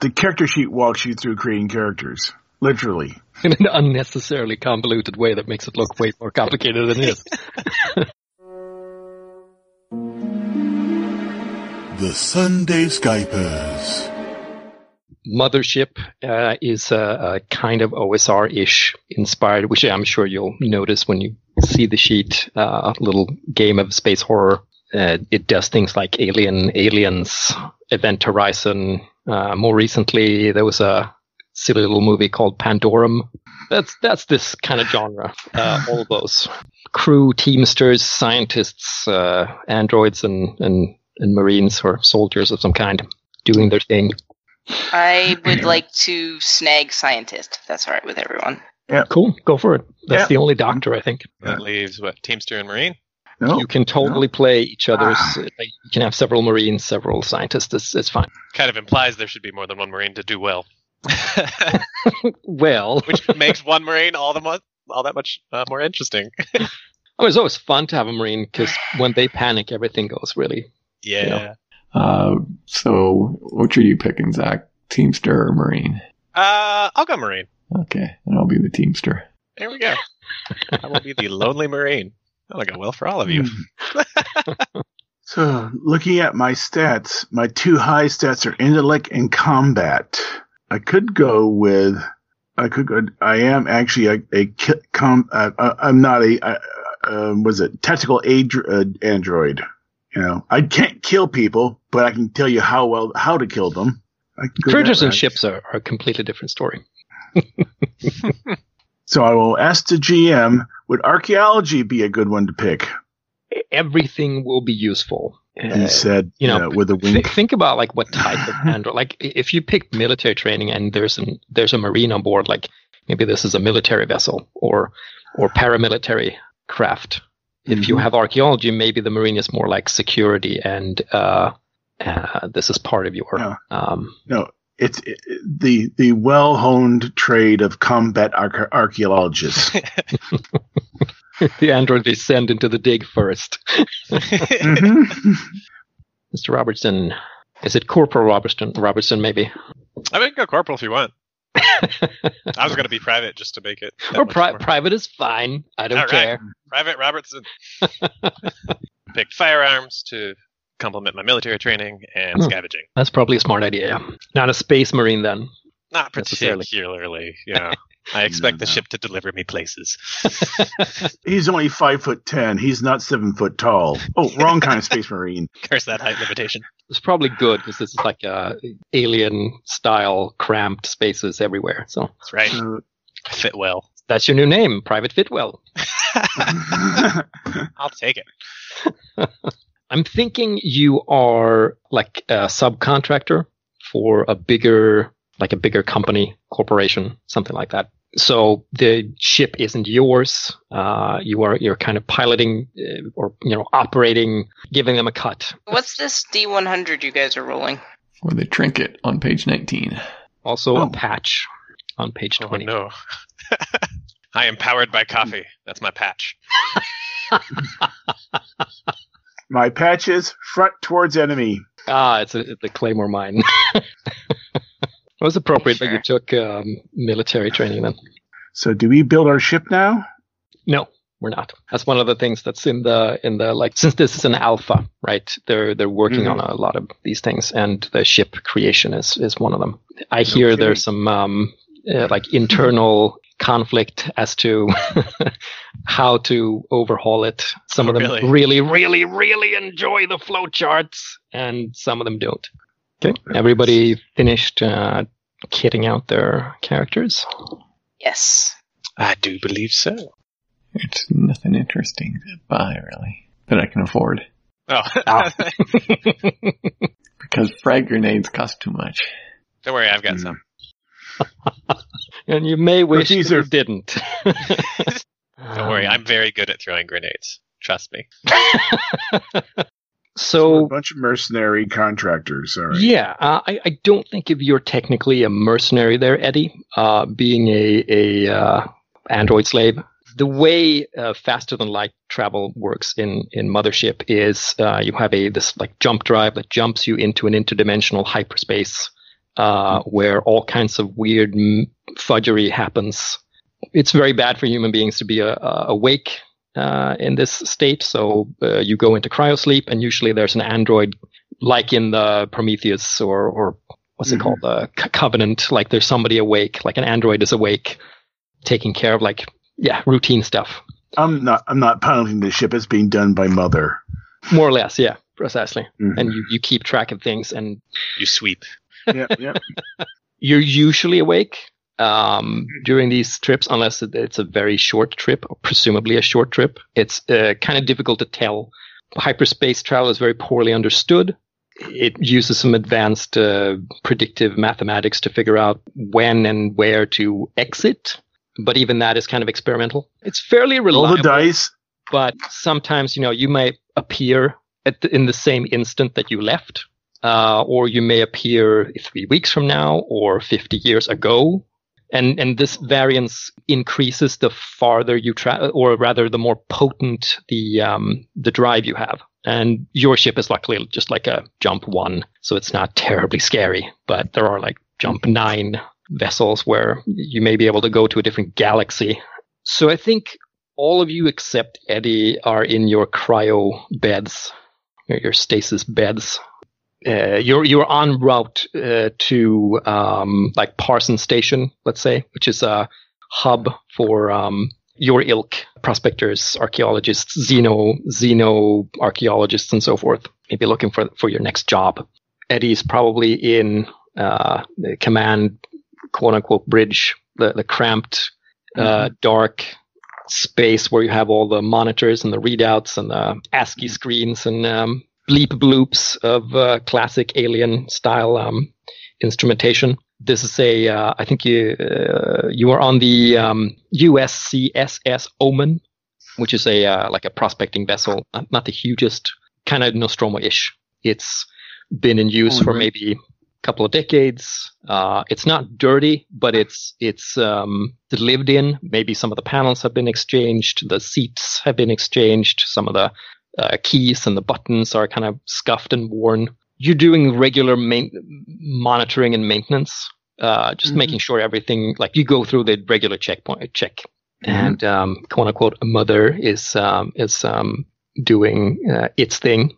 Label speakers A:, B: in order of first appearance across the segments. A: the character sheet walks you through creating characters, literally.
B: in an unnecessarily convoluted way that makes it look way more complicated than it is.
C: The Sunday Skypers.
B: Mothership uh, is a, a kind of OSR-ish inspired, which I'm sure you'll notice when you see the sheet. Uh, a little game of space horror. Uh, it does things like Alien, Aliens, Event Horizon. Uh, more recently, there was a silly little movie called Pandorum. That's that's this kind of genre. Uh, all of those crew, teamsters, scientists, uh, androids, and, and and marines or soldiers of some kind doing their thing.
D: I would like to snag scientist. if That's all right with everyone.
B: Cool, go for it. That's
A: Yeah.
B: the only doctor I think.
E: That leaves what Teamster and Marine.
A: No,
B: you can totally play each other's. like, you can have several marines, several scientists. It's, it's fine.
E: Kind of implies there should be more than one Marine to do well,
B: Well,
E: which makes one Marine all the month all that much uh, more interesting.
B: I mean, it's always fun to have a marine because when they panic, everything goes really.
E: Yeah.
F: Uh, so, which are you picking, Zach? Teamster or Marine?
E: Uh, I'll go Marine.
F: Okay, and I'll be the Teamster.
E: There we go. I will be the lonely Marine. That'll go well for all of you.
A: Hmm. So, looking at my stats, my two high stats are intellect and combat. I could go with, I could go. I am actually a, a ki- com. Uh, uh, I'm not a. Uh, um, was it tactical adr- uh, android? You know, I can't kill people, but I can tell you how well how to kill them. I could go that
B: Critters and
A: route.
B: ships are, are a completely different story.
A: So I will ask the GM: Would archaeology be a good one to pick?
B: E-, Everything will be useful.
A: He
B: Uh,
A: said,
B: you know,
A: uh, with a
B: Think,
A: wink.
B: think about like what type of android. Like i- if you pick military training and there's an there's a marine on board, like maybe this is a military vessel or or paramilitary craft. If you
A: Mhm.
B: have archaeology, maybe the marine is more like security and uh, uh, this is part of your.
A: Yeah.
B: Um,
A: it's it, the the well honed trade of combat arch- archaeologists.
B: the android is sent into the dig first.
A: Mhm.
B: Mr. Robertson, is it Corporal Robertson? Robertson, maybe.
E: I mean, go corporal if you want. I was going to be private just to make it. that
B: or
E: much
B: pri-
E: more-
B: private is fine. I don't
E: All right.
B: care.
E: Private Robertson. Picked firearms to complement my military training and
B: Hmm.
E: scavenging.
B: That's probably a smart idea. yeah. Not a space marine then.
E: Not
B: Necessarily.
E: particularly. Yeah. I expect the
A: no.
E: ship to deliver me places.
A: He's only five foot ten. He's not seven foot tall. Oh, wrong kind of space marine.
E: Curse that height limitation.
B: It's probably good because this is like a alien style cramped spaces everywhere. So
E: That's right.
A: So-
E: I fit well.
B: that's your new name, Private Fitwell.
E: I'll take it.
B: I'm thinking you are like a subcontractor for a bigger, like a bigger company, corporation, something like that. So the ship isn't yours. Uh, you are you're kind of piloting uh, or you know operating, giving them a cut.
D: What's this D100 you guys are rolling?
F: For the trinket on page 19.
B: Also
A: Oh.
B: a patch on page
E: Oh,
B: twenty.
E: no. I am powered by coffee. That's my patch.
A: My patches front towards enemy.
B: Ah, it's a, the Claymore mine. it was appropriate that you took um, military training then.
A: So, do we build our ship now?
B: No, we're not. That's one of the things that's in the in the like since this is an alpha, right? They're they're working
A: Mhm.
B: on a lot of these things, and the ship creation is is one of them. I hear
A: kidding.
B: there's some um, uh, like internal conflict as to how to overhaul it. Some of them
E: Really?
B: really, really, really enjoy the flow charts, and some of them don't. Okay, everybody finished uh, kitting out their characters.
D: Yes.
E: I do believe so.
F: It's nothing interesting to buy, really, that I can afford.
E: Oh.
B: Ah.
F: Because frag grenades cost too much.
E: Don't worry, I've got
A: Mm.
E: some.
B: And you may wish
A: these
B: that you
A: are-
B: didn't. Um,
E: Don't worry, I'm very good at throwing grenades. Trust me.
A: We're a
B: So
A: bunch of mercenary contractors. All right.
B: yeah, uh, I, I don't think if you're technically a mercenary there, Eddie, uh, being a a uh, android slave. The way uh, faster than light travel works in in Mothership is uh, you have a this like jump drive that jumps you into an interdimensional hyperspace uh, where all kinds of weird m- fudgery happens. It's very bad for human beings to be uh, uh, awake uh, in this state, so uh, you go into cryosleep, and usually there's an android, like in the Prometheus or or what's it
A: Mhm.
B: called, the Co- Covenant. Like there's somebody awake, like an android is awake, taking care of like yeah routine stuff,
A: I'm not. I'm not piloting the ship. It's being done by Mother.
B: more or less. Yeah, precisely.
A: Mhm.
B: And you, you keep track of things, and
E: You sweep.
A: yep, yep.
B: you're usually awake um, during these trips, unless it- it's a very short trip, or presumably a short trip. It's uh, kind of difficult to tell. Hyperspace travel is very poorly understood. It uses some advanced uh, predictive mathematics to figure out when and where to exit, but even that is kind of experimental. It's fairly
A: Roll
B: reliable
A: the dice.
B: but sometimes you know you may appear at the, in the same instant that you left uh, or you may appear three weeks from now or 50 years ago and and this variance increases the farther you travel or rather the more potent the um, the drive you have and your ship is luckily just like a jump one so it's not terribly scary but there are like jump nine vessels where you may be able to go to a different galaxy so i think all of you except Eddie are in your cryo beds, or your stasis beds. Uh, you're you're en route uh, to um, like Parson Station, let's say, which is a hub for um, your ilk, prospectors, archaeologists, xeno xeno archaeologists, and so forth. Maybe looking for for your next job. Eddie's probably in uh, the command, quote unquote, bridge, the, the cramped, uh, dark space where you have all the monitors and the readouts and the ASCII screens and um, bleep bloops of uh, classic alien style um, instrumentation. This is a, uh, I think you uh, you are on the um, USCSS Omen, which is a uh, like a prospecting vessel, not, not the hugest, kind of Nostromo-ish. It's been in use for maybe a couple of decades. Uh, it's not dirty, but it's it's um, lived in. Maybe some of the panels have been exchanged, the seats have been exchanged, some of the uh, keys and the buttons are kind of scuffed and worn. You're doing regular main- monitoring and maintenance, uh, just
A: Mhm.
B: making sure everything like you go through the regular checkpoint check.
A: Mhm.
B: And um, quote unquote, mother is um, is um, doing uh, its thing.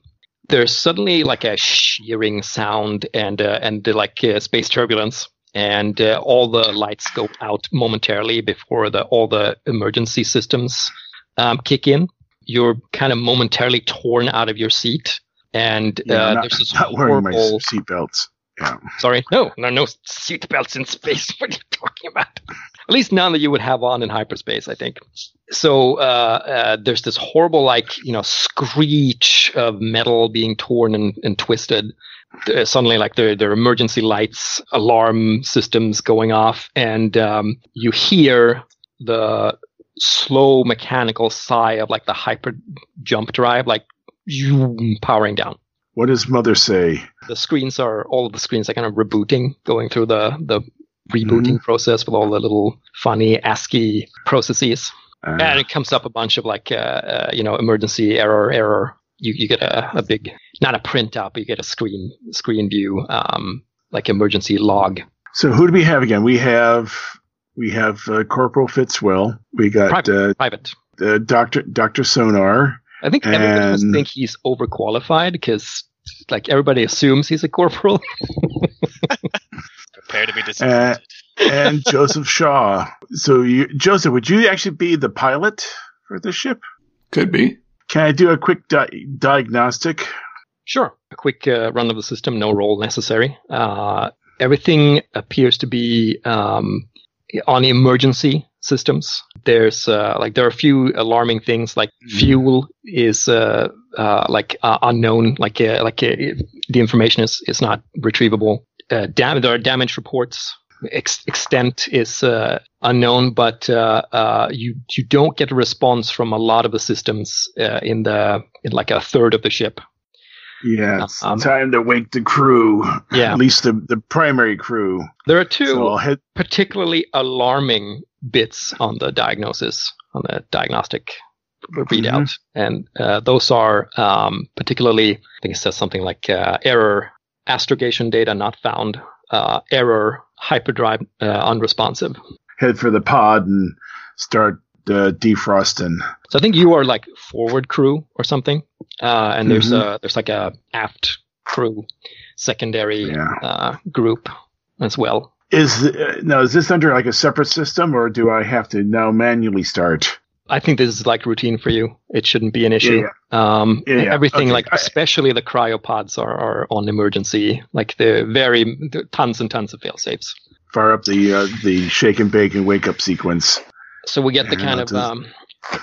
B: There's suddenly like a shearing sound and uh, and the, like uh, space turbulence, and uh, all the lights go out momentarily before the all the emergency systems um, kick in you're kind of momentarily torn out of your seat, and
A: Yeah,
B: uh,
A: I'm not,
B: there's this
A: not wearing my
B: horrible.
A: seatbelts. Yeah.
B: Sorry, no, no, no seatbelts in space. What are you talking about? At least none that you would have on in hyperspace, I think. So uh, uh, there's this horrible, like you know, screech of metal being torn and, and twisted. Uh, suddenly, like there there are emergency lights, alarm systems going off, and um, you hear the slow mechanical sigh of like the hyper jump drive, like zoom, powering down
A: What does Mother say?
B: the screens are all of the screens are kind of rebooting, going through the the rebooting process with all the little funny ASCII processes,
A: Uh,
B: and it comes up a bunch of like uh, uh, you know emergency error error. You you get a, a big not a printout, but you get a screen screen view um, like emergency log.
A: so who do we have again? We have we have uh, Corporal Fitzwill. We got uh,
B: Private private.
A: uh, Doctor Doctor Sonar.
B: I think everybody must
A: and-
B: think he's overqualified because like everybody assumes he's a corporal.
E: Prepare to be disappointed.
A: and Joseph Shaw. So, you, Joseph, would you actually be the pilot for the ship?
F: Could be.
A: Can I do a quick di- diagnostic?
B: Sure. A quick uh, run of the system, no roll necessary. Uh, everything appears to be um, on emergency systems. There's uh, like there are a few alarming things, like fuel is uh, uh, like uh, unknown, like uh, like uh, the information is is not retrievable. Uh, dam- there are damage reports. Ex- extent is uh, unknown, but uh, uh, you you don't get a response from a lot of the systems uh, in the in like a third of the ship.
A: Yeah, it's
B: Um,
A: time to wake the crew.
B: Yeah.
A: At least the, the primary crew.
B: There are two
A: So uh, I'll head.
B: particularly alarming bits on the diagnosis, on the diagnostic readout.
A: Mm-hmm.
B: And uh, those are um, particularly, I think it says something like uh, error, astrogation data not found, uh, error hyperdrive uh, unresponsive.
A: Head for the pod and start uh, defrosting.
B: So I think you are like forward crew or something, uh, and there's
A: Mm-hmm.
B: a there's like a aft crew, secondary
A: Yeah.
B: uh, group as well.
A: Is uh, now is this under like a separate system, or do I have to now manually start?
B: I think this is like routine for you. It shouldn't be an issue.
A: Yeah,
B: Um,
A: Yeah, yeah.
B: Everything
A: Okay.
B: like,
A: I-
B: especially the cryopods are, are on emergency. Like they're very they're tons and tons of fail safes.
A: Fire up the uh, the shake and bake and wake up sequence.
B: So we get the
A: Yeah,
B: kind
A: that
B: of
A: is-
B: um,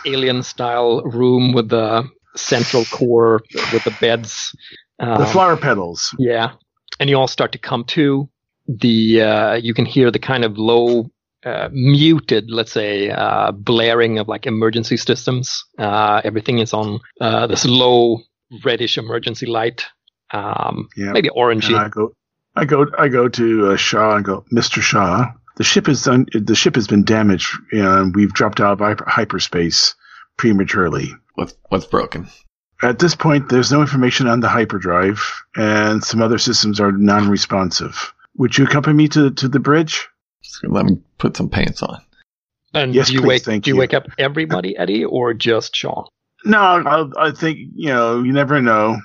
B: alien style room with the central core with the beds. Um,
A: the flower petals.
B: Yeah, and you all start to come to. The uh, you can hear the kind of low, uh, muted, let's say, uh, blaring of like emergency systems. Uh, everything is on uh, this low reddish emergency light, um,
A: Yeah.
B: maybe orangey.
A: And I go, I go, I go to uh, Shaw and go, Mister Shaw. The ship is done. The ship has been damaged, and we've dropped out of hyper- hyperspace prematurely.
F: What's what's broken?
A: At this point, there's no information on the hyperdrive, and some other systems are non-responsive. Would you accompany me to to the bridge?
F: Just gonna let me put some pants on.
B: and
A: Yes,
B: do you
A: please,
B: wake?
A: thank
B: do you,
A: you.
B: wake up everybody, Eddie, or just Sean?
A: No, I, I think you know. You never know.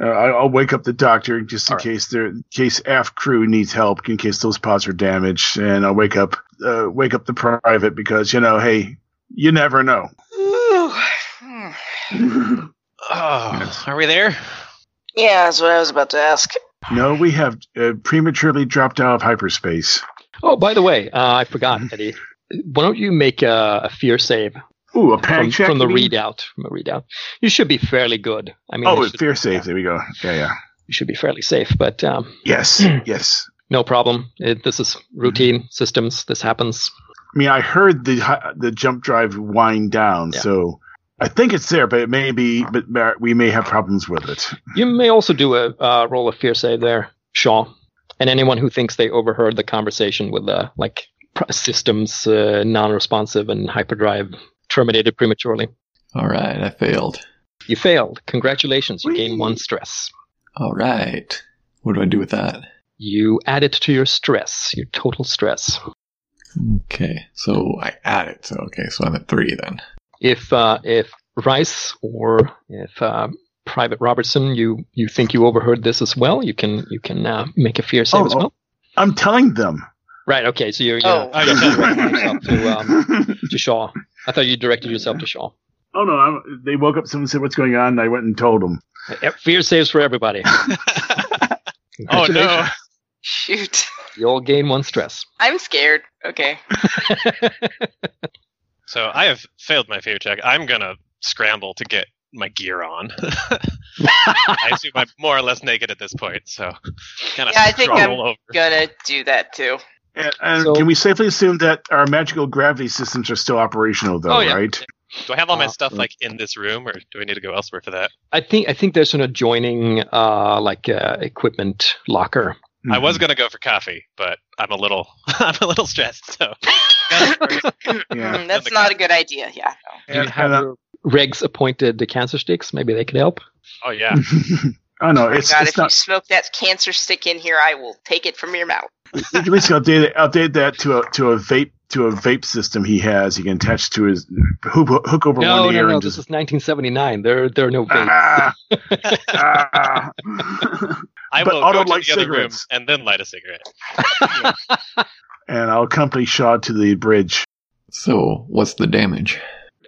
A: Uh, I, I'll wake up the doctor just in
B: All right.
A: case there, in case aft crew needs help, in case those pods are damaged, and I'll wake up, uh, wake up the private because you know, hey, you never know.
D: Ooh. Hmm.
E: Oh, are we there?
D: Yeah, that's what I was about to ask.
A: No, we have uh, prematurely dropped out of hyperspace.
B: Oh, by the way, uh, I forgot, Eddie. Why don't you make a, a fear save
A: Ooh, a panic
B: from,
A: check
B: from the
A: you mean?
B: readout? From a readout, you should be fairly good. I mean,
A: Oh,
B: it should-
A: fear safe. There we go. Yeah, yeah.
B: you should be fairly safe, but. Um,
A: Yes, yes.
B: No problem. It, this is routine
A: Mm-hmm.
B: systems. This happens.
A: I mean, I heard the hi- the jump drive wind down,
B: Yeah.
A: so I think it's there, but it may be, but Mar- we may have problems with it.
B: You may also do a uh, roll of fear save there, Shaw, and anyone who thinks they overheard the conversation with the like pr- systems uh, non-responsive and hyperdrive terminated prematurely.
F: All right, I failed.
B: You failed. Congratulations. You gain
A: Whee!
B: one stress.
F: All right, what do I do with that?
B: You add it to your stress, your total stress.
F: Okay, so I add it. So okay, so I'm at three then.
B: If uh, if Rice or if uh, Private Robertson, you you think you overheard this as well, you can you can uh, make a fear save
A: Oh,
B: as
A: oh.
B: well.
A: I'm telling them.
B: Right. Okay. So you're.
D: Oh.
B: you're
E: Oh,
B: you're
E: yeah.
B: directing yourself to, um, to Shaw. I thought you directed yourself to Shaw.
A: oh no! I'm, they woke up. Someone said, "What's going on?" And I went and told them.
B: Eh, Fear saves for everybody.
E: oh no!
B: Congratulations.
D: Shoot.
B: You all gain one stress.
D: I'm scared. Okay.
E: So I have failed my fear check. I'm gonna scramble to get my gear on. I assume I'm more or less naked at this point, so kind of
D: Yeah, I think I'm
E: roll over.
D: Gonna do that too.
A: And, and
B: So-
A: can we safely assume that our magical gravity systems are still operational, though?
E: Oh, yeah.
A: Right?
E: Do I have all my
B: Uh,
E: stuff like in this room, or do I need to go elsewhere for that?
B: I think I think there's an adjoining uh, like uh, equipment locker.
E: I
A: Mm-hmm.
E: was gonna go for coffee, but I'm a little, I'm a little stressed. So
A: Yeah. uh,
D: Mm, that's not a good idea. Yeah. no.
B: Do you have your regs appointed the cancer sticks? Maybe they could help.
E: oh yeah,
A: oh no! It's,
D: God,
A: it's
D: if
A: not.
D: you smoke that cancer stick in here, I will take it from your mouth.
A: We can at least update it, update that to a to a vape to a vape system he has. He can attach to his hoop, hook over
B: No,
A: one
B: no,
A: ear
B: no.
A: and
B: This
A: just.
B: is 1979. There, there are no vapes.
A: Ah! Ah!
E: I
A: But
E: will
A: I
E: go
A: don't
E: to
A: like
E: the other room
A: cigarettes.
E: and then light a cigarette.
A: and I'll accompany Shaw to the bridge.
F: So what's the damage?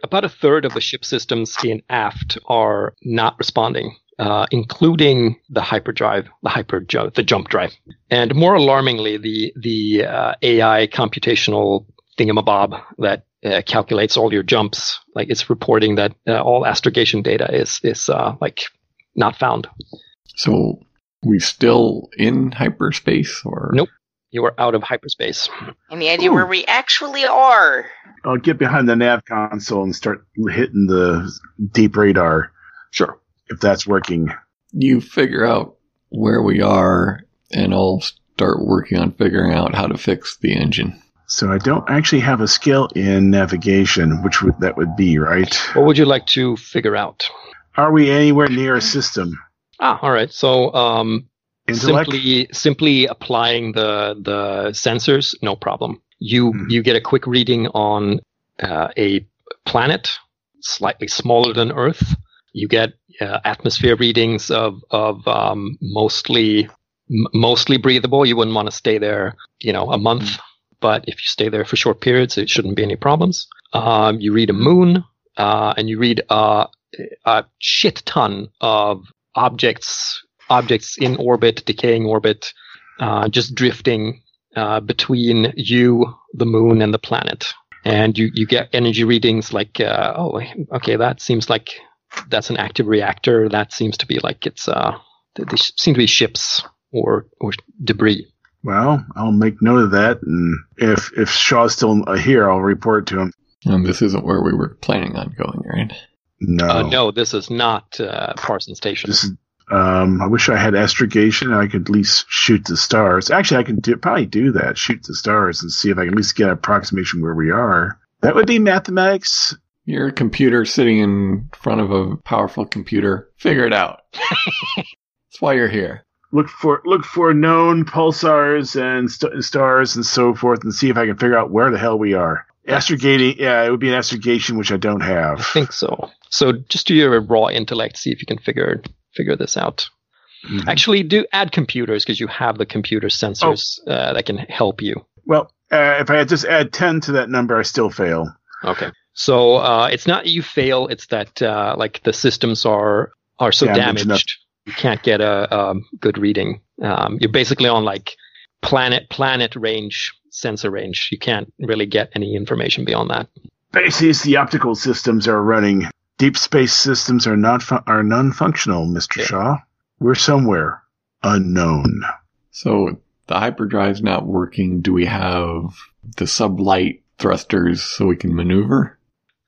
B: About a third of the ship systems in aft are not responding, uh, including the hyperdrive, the hyper ju- the jump drive, and more alarmingly, the the uh, AI computational thingamabob that uh, calculates all your jumps. Like it's reporting that uh, all astrogation data is is uh, like not found.
F: So we still in hyperspace or
B: Nope. You are out of hyperspace.
D: Any idea
A: Ooh.
D: where we actually are?
A: I'll get behind the nav console and start hitting the deep radar
B: Sure.
A: if that's working.
F: You figure out where we are, and I'll start working on figuring out how to fix the engine.
A: So I don't actually have a skill in navigation, which would that would be right?
B: What would you like to figure out?
A: Are we anywhere near a system?
B: Ah, all right. So um,
A: Intellect?
B: Simply, simply applying the the sensors, no problem. You
A: Hmm.
B: you get a quick reading on uh, a planet slightly smaller than Earth. You get uh, atmosphere readings of of um, mostly m- mostly breathable. You wouldn't want to stay there, you know, a
A: Hmm.
B: month. But if you stay there for short periods, it shouldn't be any problems. Um, you read a moon, uh, and you read uh, a shit ton of objects, objects in orbit, decaying orbit, uh, just drifting uh, between you, the moon, and the planet. And you, you get energy readings like, uh, oh, okay, that seems like that's an active reactor. That seems to be like it's, uh, th- they seem to be ships or, or debris.
A: Well, I'll make note of that, and if if Shaw's still uh, here, I'll report to him.
F: Um, this isn't where we were planning on going, right?
A: No,
B: Uh, no, this is not uh, Parson Station.
A: Oh. This is, um, I wish I had astrogation. and I could at least shoot the stars. Actually, I can do, probably do that. Shoot the stars and see if I can at least get an approximation where we are. That would be mathematics.
F: You're a computer sitting in front of a powerful computer. Figure it out. That's why you're here.
A: Look for look for known pulsars and st- stars and so forth, and see if I can figure out where the hell we are. Astrogating, yeah, it would be an astrogation which I don't
B: I
A: have.
B: think so. So just do your raw intellect, see if you can figure figure this out.
A: Mhm.
B: Actually, do add computers because you have the computer sensors
A: Oh.
B: uh, that can help you.
A: Well, uh, if I just add ten to that number, I still fail.
B: Okay. So uh, it's not you fail; it's that uh, like the systems are are so
A: Damaged
B: damaged,
A: enough.
B: you can't get a, um good reading. Um, you're basically on like planet planet range sensor range. You can't really get any information beyond that.
A: Basically, it's the optical systems are running. Deep space systems are not fu- are non-functional, Mister
B: Yeah.
A: Shaw. We're somewhere unknown.
F: So the hyperdrive's not working. Do we have the sublight thrusters so we can maneuver?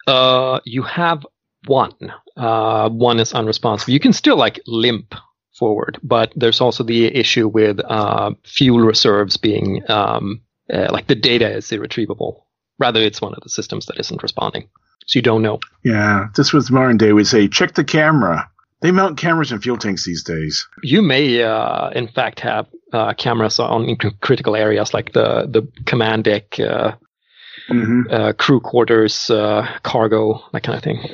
B: Uh, you have one. Uh, one is unresponsive. You can still like limp forward, but there's also the issue with uh, fuel reserves being um, uh, like the data is irretrievable. Rather, it's one of the systems that isn't responding, so you don't know.
A: Yeah, this was modern day. We say check the camera. They mount cameras in fuel tanks these days.
B: You may, uh, in fact, have uh, cameras on in cr- critical areas like the the command deck, uh,
A: hmm
B: uh, crew quarters, uh, cargo, that kind of thing.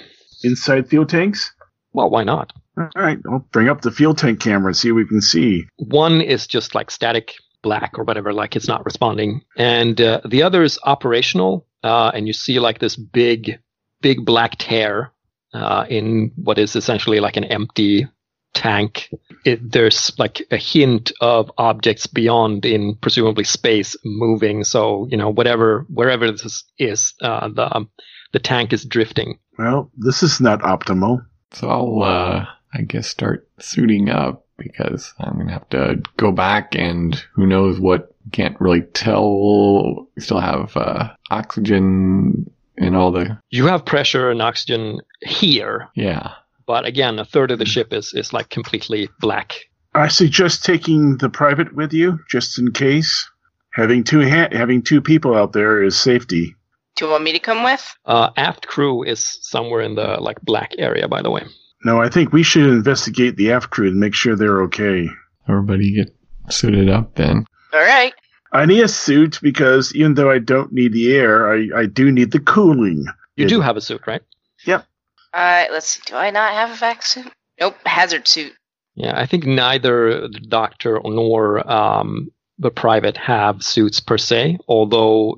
A: Inside fuel tanks.
B: Well, why not?
A: All right, I'll bring up the fuel tank camera and see what we can see.
B: One is just like static black or whatever, like it's not responding. And uh, the other is operational, uh, and you see like this big, big black tear uh, in what is essentially like an empty tank. It, there's like a hint of objects beyond, in presumably space, moving. So you know whatever wherever this is, uh, the um, the tank is drifting.
A: Well, this is not optimal.
F: So I'll, uh, I guess, start suiting up because I'm going to have to go back and who knows what. Can't really tell. We still have uh, oxygen and all the.
B: You have pressure and oxygen here,
F: Yeah.
B: but again, a third of the ship is is like completely black.
A: I suggest taking the private with you, just in case. Having two ha- having two people out there is safety.
D: Do you want me to come with?
B: Uh, aft crew is somewhere in the like black area, by the way.
A: No, I think we should investigate the F crew and make sure they're okay.
F: Everybody get suited up then.
D: All right.
A: I need a suit because even though I don't need the air, I, I do need the cooling.
B: You
A: Yeah.
B: do have a suit, right?
D: All right. Uh, Let's see. Do I not have a vac suit? Nope. Hazard suit.
B: Yeah, I think neither the doctor nor um, the private have suits per se. Although,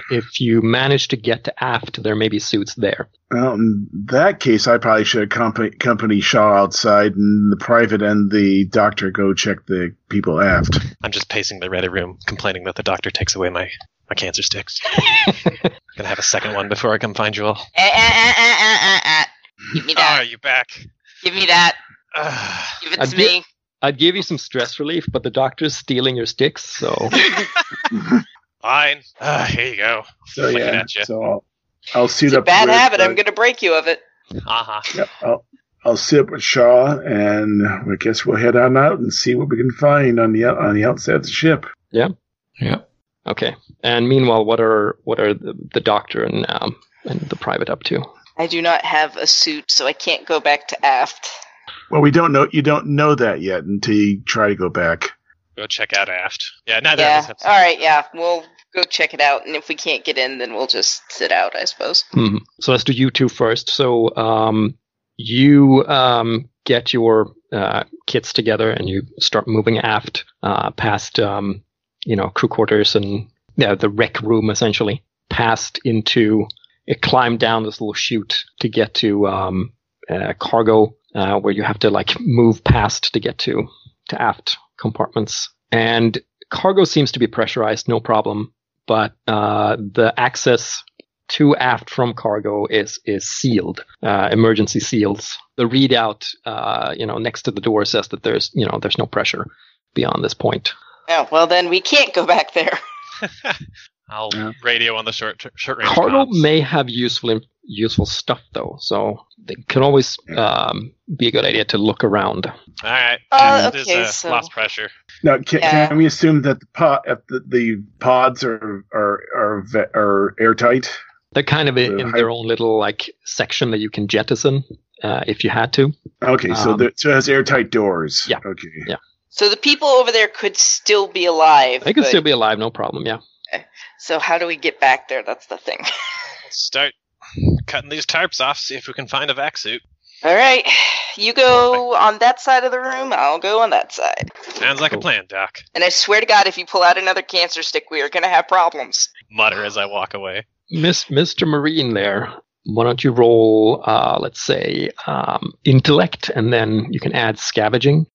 A: Ah.
B: if you manage to get to aft, there may be suits there.
A: Well, in that case, I probably should accompany, accompany Shaw outside, and the private and the doctor go check the people aft.
E: I'm just pacing the ready room, complaining that the doctor takes away my, my cancer sticks. Gonna have a second one before I come find you all.
D: Eh, eh, eh, eh, eh, eh, eh. Give me
E: Ah,
D: that.
E: you back?
D: Give me that.
E: Ah.
D: Give it
B: I
D: to
B: did-
D: me.
B: I'd give you some stress relief, but the doctor's stealing your sticks, so
E: Fine. Ah, here you go.
A: So
E: Flicking
A: yeah,
E: at ya.
A: so I'll, I'll suit
D: It's a
A: up.
D: bad
A: with,
D: habit.
A: uh,
D: I'm going to break you of it.
E: Uh-huh.
A: Yep, I'll, I'll sit up with Shaw, and I guess we'll head on out and see what we can find on the out- on the outside of the ship.
F: Yeah.
B: okay. And meanwhile, what are what are the, the doctor and um, and the private up to?
D: I do not have a suit, so I can't go back to aft.
A: Well, we don't know. You don't know that yet until you try to go back.
E: Go check out aft. Yeah, neither of us
D: Yeah. Uh,
E: have
D: All right. Yeah. We'll go check it out, and if we can't get in, then we'll just sit out, I suppose.
B: Mhm. So let's do you two first. So um, you um, get your uh, kits together and you start moving aft uh, past, um, you know, crew quarters and yeah, the rec room essentially. Past into it, climbed down this little chute to get to um, uh, cargo, uh, where you have to like move past to get to to aft compartments. And cargo seems to be pressurized, no problem. But uh, the access to aft from cargo is is sealed, uh, emergency seals. The readout, uh, you know, next to the door says that there's you know there's no pressure beyond this point.
D: Oh well, then we can't go back there.
E: I'll
A: Yeah.
E: radio on the short short range.
B: Cargo
E: comms.
B: may have useful useful stuff though, so it can always um, be a good idea to look around.
E: All right.
D: Uh,
E: This is,
D: okay,
E: uh,
D: so-
E: lost pressure.
A: Now, can,
D: Yeah.
A: can we assume that the, pod, if the, the pods are are are, ve- are airtight?
B: They're kind of in,
A: Uh,
B: in
A: hy-
B: their own little like section that you can jettison uh, if you had to.
A: Okay, so
B: Um,
A: the, so it has airtight doors.
B: Yeah.
A: Okay.
D: So the people over there could still be alive.
B: They could
D: but-
B: still be alive, no problem. Yeah.
D: So how do we get back there? That's the thing.
E: Let's start cutting these tarps off. See if we can find a vac suit.
D: All right, you go on that side of the room. I'll go on that side.
E: Sounds like a
B: Cool.
E: plan, Doc.
D: And I swear to God, if you pull out another cancer stick, we are going to have problems.
E: Mutter as I walk away.
B: Miss, Mr. Marine there, why don't you roll, uh, let's say, um, intellect, and then you can add scavenging.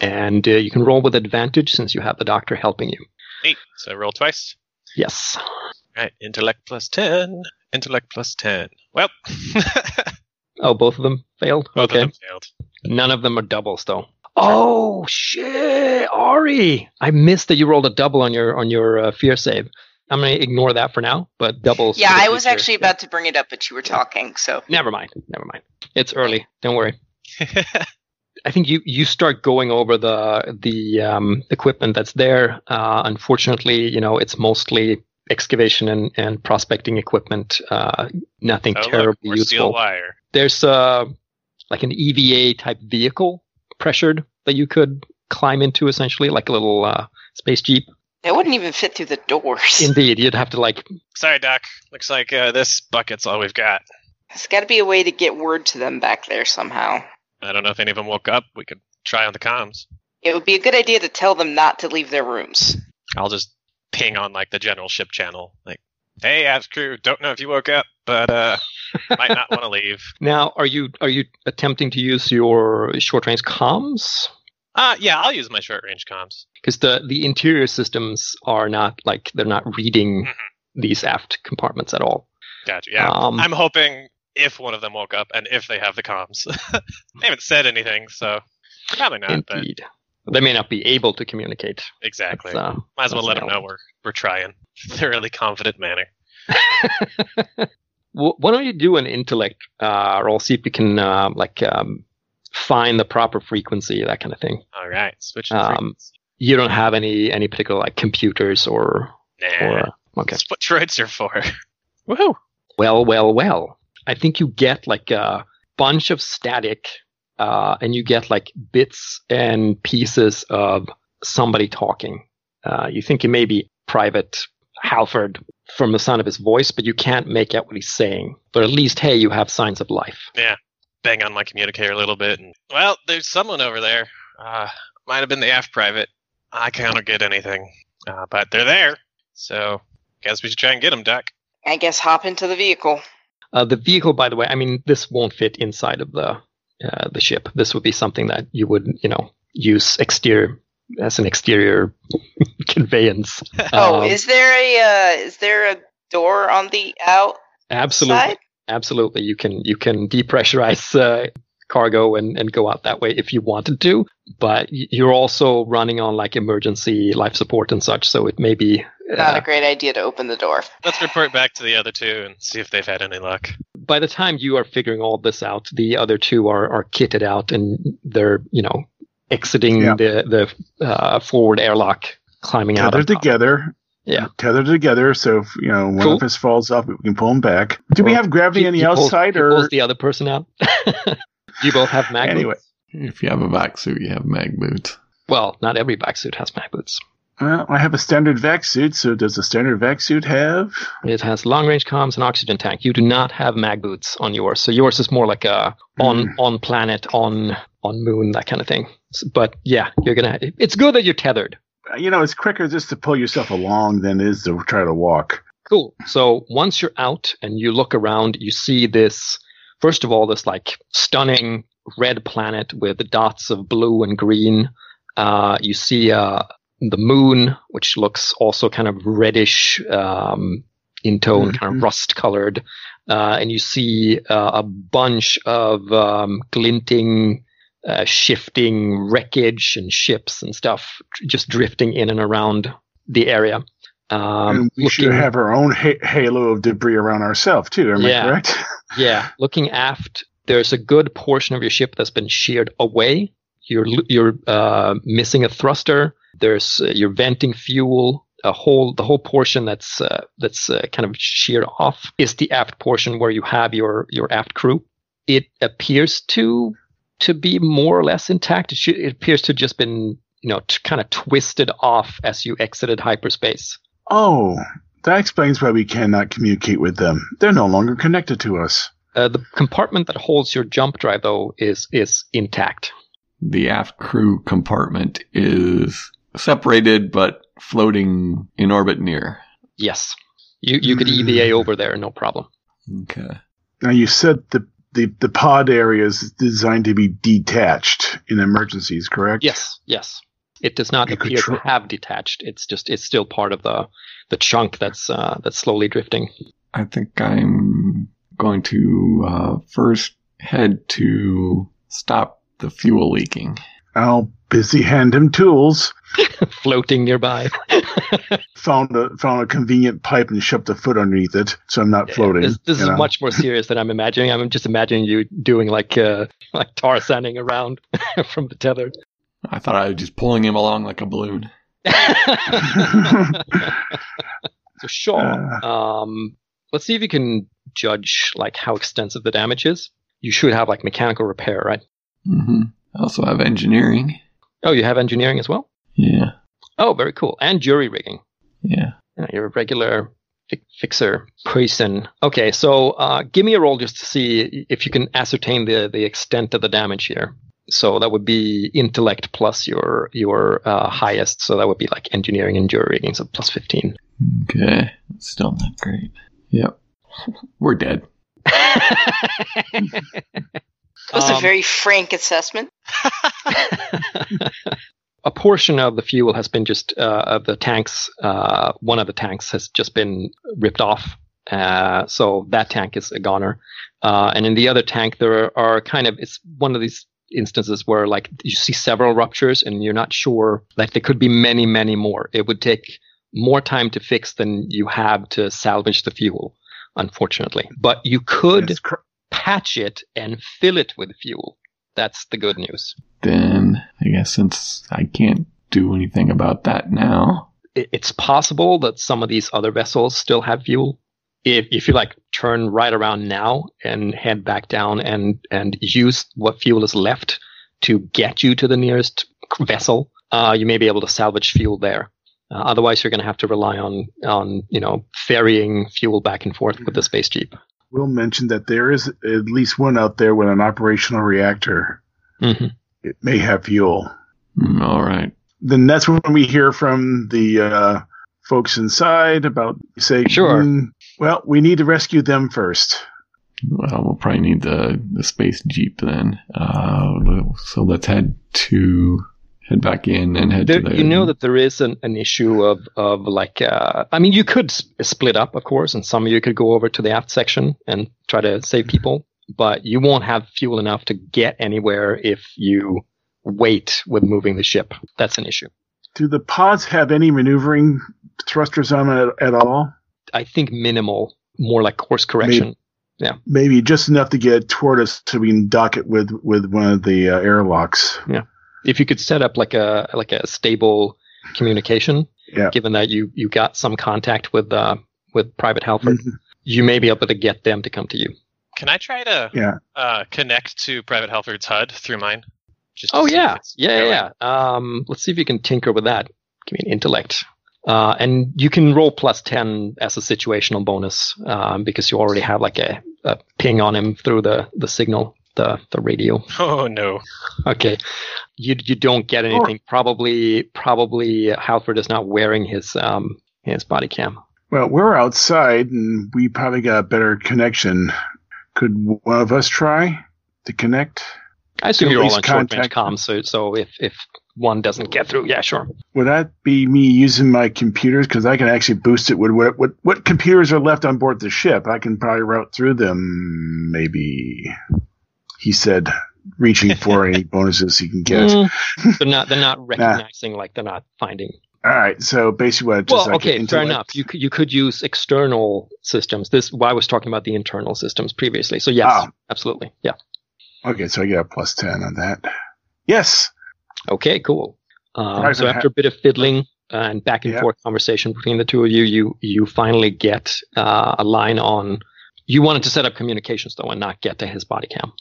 B: And uh, you can roll with advantage since you have the doctor helping you.
E: Neat. So I roll twice.
B: Yes.
E: All right. Intellect plus ten. Intellect plus ten. Well,
B: Oh, both of them failed?
E: both
B: okay.
E: of them failed.
B: None of them are doubles, though. Oh, shit, Ari! I missed that you rolled a double on your on your uh, fear save. I'm going to ignore that for now, but doubles.
D: Yeah,
B: for the
D: I was
B: future.
D: actually about to bring it up, but you were talking. So
B: Never mind. Never mind. It's early. Don't worry. I think you, you start going over the the um, equipment that's there. Uh, unfortunately, you know it's mostly excavation and, and prospecting equipment. Uh, nothing
E: Oh, look,
B: terribly
E: more steel
B: useful.
E: wire.
B: There's uh, like an EVA type vehicle pressured that you could climb into, essentially like a little uh, space jeep.
D: it wouldn't even fit through the doors.
B: Indeed, you'd have to like
E: Sorry, Doc. Looks like uh, this bucket's all we've got.
D: There's got to be a way to get word to them back there somehow.
E: I don't know if any of them woke up. We could try on the comms.
D: It would be a good idea to tell them not to leave their rooms.
E: I'll just ping on like the general ship channel. Like, hey, aft crew, don't know if you woke up, but uh, might not want to leave.
B: now. Are you are you attempting to use your short range comms?
E: Uh, yeah, I'll use my short range comms.
B: because the the interior systems are not like they're not reading
E: Mhm.
B: these aft compartments at all.
E: Gotcha. Yeah,
B: Um,
E: I'm hoping if one of them woke up and if they have the comms. they haven't said anything, so probably not. But
B: indeed, they may not be able to communicate. That's,
E: exactly,
B: uh,
E: might as well let
B: that's
E: them
B: valid.
E: know we're we're trying. Thoroughly confident manner.
B: Wh- why don't you do an intellect uh, roll? See if you can uh, like um, find the proper frequency, that kind of thing.
E: All right, switch.
B: Um,
E: Um,
B: You don't have any any particular like computers or
E: nah,
B: or okay.
E: that's what droids are for.
B: Woohoo! Well, well, well. I think you get like a bunch of static, uh, and you get like bits and pieces of somebody talking. Uh, you think it may be Private Halford from the sound of his voice, but you can't make out what he's saying. But at least, hey, you have signs of life.
E: bang on my communicator a little bit. And, well, there's someone over there. Uh, might have been the aft private. I can't get anything, uh, but they're there. So guess we should try and get them, Doc.
D: I guess hop into the vehicle.
B: Uh, the vehicle, by the way, I mean this won't fit inside of the uh, the ship. This would be something that you would, you know, use exterior as an exterior conveyance.
D: oh,
B: Um,
D: is there a uh, is there a door on the out?
B: absolutely.
D: side?
B: absolutely you can you can depressurize uh, cargo and and go out that way if you wanted to but y- you're also running on like emergency life support and such so it may be
D: Not
B: uh,
D: a great idea to open the door.
E: Let's report back to the other two and see if they've had any luck.
B: by the time you are figuring all this out the other two are are kitted out and they're you know exiting
A: Yeah.
B: the the uh, forward airlock climbing out
A: Tethered
B: of-
A: together.
B: Yeah.
A: Tethered together. So if you know one
B: Cool.
A: of us falls off, we can pull him back. Do
B: Or
A: we have gravity
B: He-
A: on the
B: he pulls-
A: outside,
B: he pulls
A: or
B: the other person out you both have magnets
A: Anyway.
F: If you have a vac suit, you have mag boots.
B: Well, not every back suit has mag boots.
A: Well, I have a standard vac suit, so does the standard vac suit have?
B: It has long range comms and oxygen tank. You do not have mag boots on yours, so yours is more like a on on planet, on on moon, that kind of thing. S- But yeah, you're gonna. It's good that you're tethered.
A: You know, it's quicker just to pull yourself along than it is to try to walk.
B: Cool. So once you're out and you look around, you see this. First of all, this like stunning red planet with dots of blue and green. Uh, you see uh, the moon, which looks also kind of reddish um, in tone, kind
A: Mhm.
B: of rust colored. Uh, and you see uh, a bunch of um, glinting, uh, shifting wreckage and ships and stuff just drifting in and around the area. Um,
A: and we should
B: looking-
A: have our own ha- halo of debris around ourselves too. Am
B: Yeah.
A: I correct?
B: Yeah, looking aft, there's a good portion of your ship that's been sheared away. You're lo- you're uh, missing a thruster. There's uh, you're venting fuel. A whole the whole portion that's uh, that's uh, kind of sheared off is the aft portion where you have your your aft crew. It appears to to be more or less intact. It, should, it appears to have just been you know t- kind of twisted off as you exited hyperspace.
A: Oh, that explains why we cannot communicate with them. They're no longer connected to us.
B: Uh, the compartment that holds your jump drive though is is intact.
F: The aft crew compartment is separated but floating in orbit near.
B: Yes. You you could EVA
A: Mm.
B: over there, no problem.
F: Okay.
A: Now you said the the, the pod area is designed to be detached in emergencies, correct?
B: Yes, yes. It does not
A: You could
B: appear to
A: tr-
B: have detached. It's just it's still part of the the chunk that's uh that's slowly drifting.
F: I think I'm going to uh, first head to stop the fuel leaking.
A: I'll busy hand him tools.
B: Floating nearby.
A: Found a found a convenient pipe and shoved a foot underneath it, so I'm not floating.
B: This, this
A: you
B: is
A: know.
B: much more serious than I'm imagining. I'm just imagining you doing like uh like Tarzanning around from the tether.
F: I thought I was just pulling him along like a balloon.
B: so
A: Uh.
B: Sean, um, let's see if you can judge like how extensive the damage is. You should have like mechanical repair, right?
F: hmm I also have engineering.
B: Oh, you have engineering as well.
F: Yeah,
B: Oh, very cool. And jury rigging.
F: yeah.
B: Yeah, you're a regular fi- fixer person. Okay, so uh, give me a roll just to see if you can ascertain the, the extent of the damage here. So that would be intellect plus your your uh, highest. So that would be like engineering and jury rigging, so plus fifteen.
F: Okay, still not great. Yep, we're dead.
D: That was a
B: Um,
D: very frank assessment.
B: a portion of the fuel has been just uh, of the tanks. Uh, one of the tanks has just been ripped off, uh, so that tank is a goner. Uh, and in the other tank, there are kind of it's one of these instances where like you see several ruptures, and you're not sure. Like there could be many, many more. It would take more time to fix than you have to salvage the fuel, unfortunately. But you could
A: It's cr-
B: patch it and fill it with fuel. That's the good news.
F: Then I guess since I can't do anything about that now,
B: it, it's possible that some of these other vessels still have fuel. If if you like turn right around now and head back down and and use what fuel is left to get you to the nearest vessel, uh, you may be able to salvage fuel there. Uh, otherwise, you're going to have to rely on on you know ferrying fuel back and forth with the space jeep.
A: We'll mention that there is at least one out there with an operational reactor.
B: Mm-hmm.
A: It may have fuel.
F: Mm, all right.
A: Then that's when we hear from the uh, folks inside about say,
B: Sure.
A: "Hmm, well, we need to rescue them first.
F: Well, we'll probably need the, the space jeep then. Uh, so let's head to head back in and head
B: there,
F: to the.
B: you know that there is an, an issue of of like uh, I mean you could sp- split up of course and some of you could go over to the aft section and try to save people but you won't have fuel enough to get anywhere if you wait with moving the ship that's an issue
A: Do the pods have any maneuvering thrusters on it at all?
B: I think minimal more like course correction
A: Maybe just enough to get it toward us so we can dock it with, with one of the uh, airlocks.
B: if you could set up like a like a stable communication
A: Yeah.
B: given that you you got some contact with uh, with Private Halford
A: Mhm.
B: you may be able to get them to come to you.
E: Can I try to
A: Yeah.
E: uh, connect to Private Halford's HUD through mine? Just to
B: Oh
E: see
B: yeah,
E: if it's
B: yeah,
E: going.
B: yeah, yeah. Um, let's see if you can tinker with that. Give me an intellect, uh, and you can roll plus ten as a situational bonus um, because you already have like a, a ping on him through the the signal, the the radio.
E: Oh no.
B: Okay, you you don't get anything. Probably probably Halford is not wearing his um his body cam.
A: Well, we're outside and we probably got a better connection. Could one of us try to connect?
B: I assume
A: At
B: you're all
A: least
B: on short range
A: contact-
B: comms, so so if if one doesn't get through, yeah, sure.
A: Would that be me using my computers? Because I can actually boost it with what, what what computers are left on board the ship. I can probably route through them. Maybe he said, reaching for any bonuses he can get.
B: Mm, they're not they're not recognizing like they're not finding
A: All right. So basically, what I just
B: well,
A: like
B: okay, fair
A: intellect-
B: enough. You could, you could use external systems. This why I was talking about the internal systems previously. So yes,
A: Ah.
B: absolutely, yeah.
A: Okay, so I get a plus ten on that. Yes.
B: Okay, cool. Um,
A: Right,
B: so
A: and
B: after a bit of fiddling and back and
A: Yeah.
B: forth conversation between the two of you, you you finally get uh, a line on. You wanted to set up communications though, and not get to his body cam.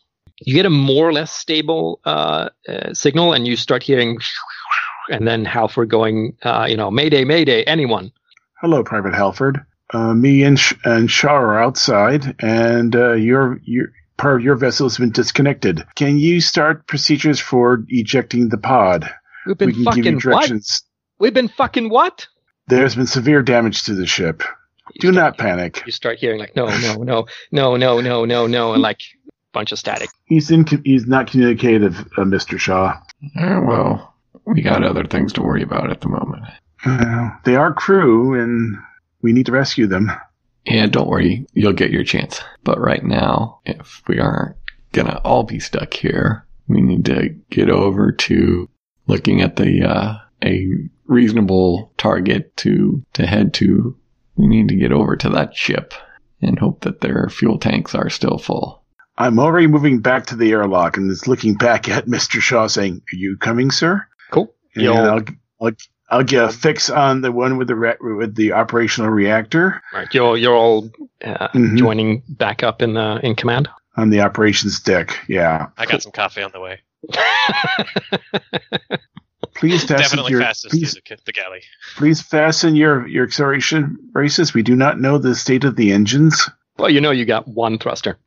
B: You get a more or less stable uh, uh, signal, and you start hearing, and then Halford going, uh, you know, Mayday, Mayday, anyone.
A: Hello, Private Halford. Uh, me and Sh- and Shaw are outside, and uh, your your part of your vessel has been disconnected. Can you start procedures for ejecting the pod?
B: We've been
A: we can give you
B: fucking what?
A: directions.
B: We've been fucking what?
A: There's been severe damage to the ship. Do not panic.
B: you start hearing like no no no no no no no no and like bunch of static
A: He's in. He's not communicative, uh, Mister Shaw.
F: Eh, well, we got other things to worry about at the moment.
A: Uh, they are crew, and we need to rescue them.
F: Yeah, don't worry, you'll get your chance. But right now, if we aren't gonna all be stuck here, we need to get over to looking at the uh, a reasonable target to to head to. We need to get over to that ship and hope that their fuel tanks are still full.
A: I'm already moving back to the airlock, and it's looking back at Mister Shaw, saying, "Are you coming, sir?"
B: cool
A: And
B: You'll-
A: I'll, I'll, I'll get a fix on the one with the re- with the operational reactor.
B: right you're you're all uh,
A: Mhm.
B: joining back up in the in command
A: On the operations deck, yeah.
E: I got some coffee on the way.
A: Please fasten
E: Definitely
A: your
E: fastest
A: please,
E: through the, the galley.
A: please fasten your your acceleration braces. We do not know the state of the engines.
B: well you know you got one thruster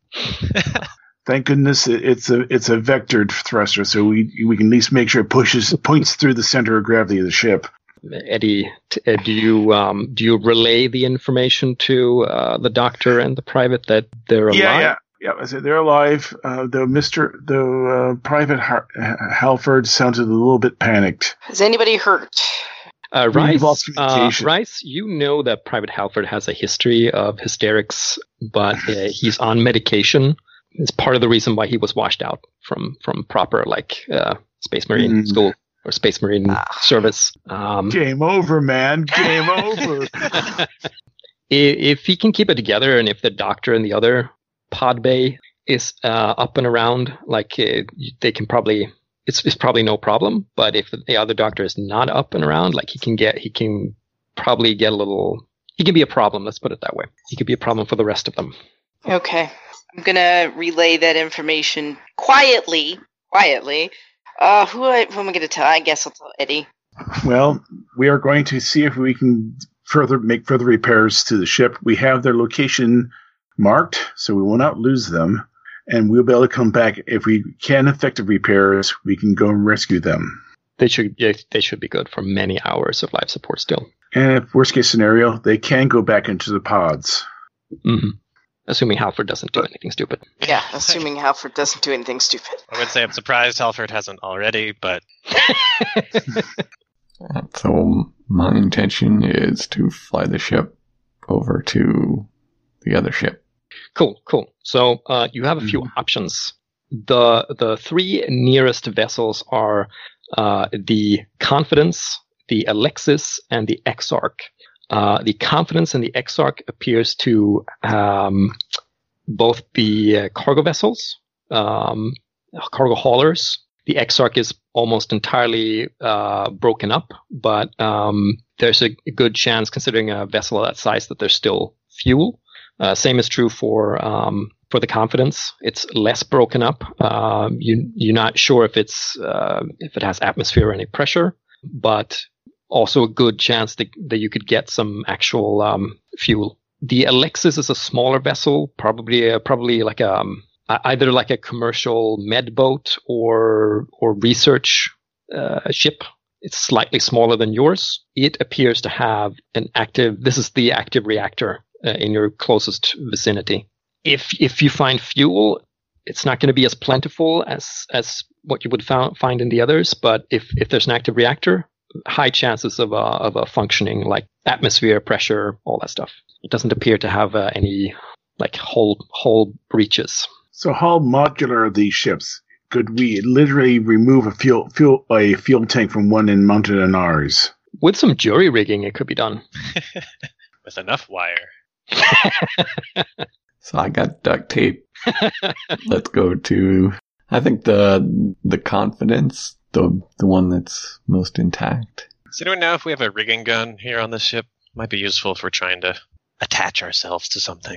A: Thank goodness it, it's a it's a vectored thruster, so we we can at least make sure it pushes points through the center of gravity of the ship.
B: eddie t- uh, do you um do you relay the information to uh, the doctor and the private that they're
A: yeah,
B: alive
A: yeah, yeah. I said they're alive. Uh, though Mister, though uh, Private Har- Halford sounded a little bit panicked.
D: Is anybody hurt?
B: Uh,
A: We
B: Rice,
A: lost
B: uh,
A: communication.
B: Rice, you know that Private Halford has a history of hysterics, but uh, he's on medication. It's part of the reason why he was washed out from from proper like uh, Space Marine
A: Mm.
B: school or Space Marine
D: Ah.
B: service. Um,
A: Game over, man. Game over.
B: i- if he can keep it together, and if the doctor and the other pod bay is uh, up and around, like uh, they can probably. It's, it's probably no problem, but if the other doctor is not up and around, like he can get, he can probably get a little. He can be a problem. Let's put it that way. He could be a problem for the rest of them.
D: Okay. I'm gonna relay that information quietly. Quietly. Uh, who, I, who am I gonna tell? I guess I'll tell Eddie.
A: Well, we are going to see if we can further make further repairs to the ship. We have their location marked, so we will not lose them, and we'll be able to come back if we can effective repairs. We can go and rescue them.
B: They should they, they should be good for many hours of life support still.
A: And if worst case scenario, they can go back into the pods.
B: hmm Assuming Halford doesn't do anything stupid.
D: Yeah, assuming Halford doesn't do anything stupid.
E: I would say I'm surprised Halford hasn't already, but
F: And so my intention is to fly the ship over to the other ship.
B: Cool, cool. So uh, you have a few options. The the three nearest vessels are uh, the Confidence, the Alexis, and the Exarch. Uh, the Confidence and the Exarch appears to um, both be uh, cargo vessels, um, cargo haulers. The Exarch is almost entirely uh, broken up, but um, there's a good chance, considering a vessel of that size, that there's still fuel. Uh, same is true for um, for the confidence. It's less broken up. Um, you you're not sure if it's uh, if it has atmosphere or any pressure, but also a good chance that, that you could get some actual um, fuel. The Alexis is a smaller vessel, probably uh, probably like a, um, a- either like a commercial med boat or or research uh, ship. It's slightly smaller than yours. It appears to have an active. This is the active reactor uh, in your closest vicinity. If if you find fuel, it's not going to be as plentiful as as what you would found, find in the others. But if if there's an active reactor, high chances of a of a functioning like atmosphere, pressure, all that stuff. It doesn't appear to have uh, any like hull hull breaches.
A: So how modular are these ships? Could we literally remove a fuel fuel a fuel tank from one and mount it on ours?
B: With some jury rigging, it could be done.
E: with enough wire.
F: So I got duct tape. Let's go to I think the the confidence, the the one that's most intact.
E: Does anyone know if we have a rigging gun here on this ship? Might be useful if we're trying to attach ourselves to something.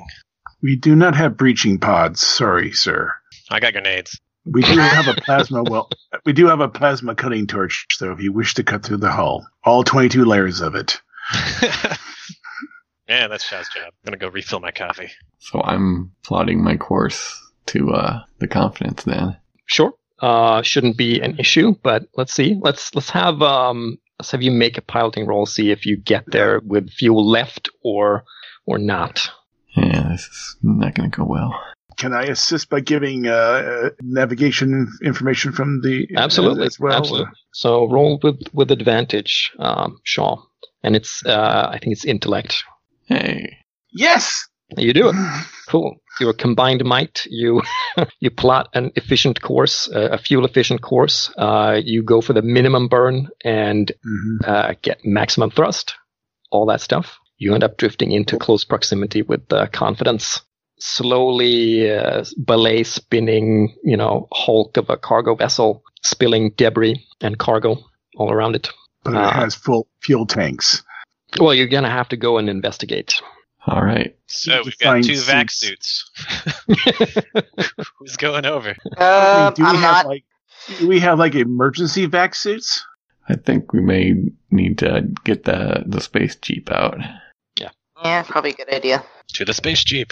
A: We do not have breaching pods. Sorry, sir.
E: I got grenades.
A: We do have a plasma well we do have a plasma cutting torch, so if you wish to cut through the hull, all twenty two layers of it.
E: yeah, that's Shaw's job. I'm gonna go refill my coffee.
F: So I'm plotting my course to uh the confidence then.
B: Sure, uh, shouldn't be an issue. But let's see. Let's let's have um let's have you make a piloting roll. See if you get there with fuel left or or not.
F: Yeah, this is not gonna go well.
A: Can I assist by giving uh, uh, navigation information from the uh,
B: Absolutely.
A: as well? uh,
B: Absolutely. So roll with with advantage, um, Shaw, and it's uh, I think it's intellect.
F: Hey.
A: Yes.
B: You do it. Cool. Your combined might. You you plot an efficient course, uh, a fuel efficient course. Uh, you go for the minimum burn and
A: Mhm.
B: uh, get maximum thrust. All that stuff. You end up drifting into close proximity with uh, confidence. Slowly, uh, belay spinning, you know, hulk of a cargo vessel, spilling debris and cargo all around it.
A: But
B: Uh,
A: it has full fuel tanks.
B: Well, you're gonna have to go and investigate.
F: All right.
E: So
A: Need to
E: we've got
A: find
E: two vac
A: seats.
E: suits. Who's going over?
D: Uh,
A: we do
D: I'm
A: have
D: not.
A: like do we have like emergency vac suits?
F: I think we may need to get the the space jeep out.
D: Yeah, Eh, probably a good idea.
E: To the space jeep.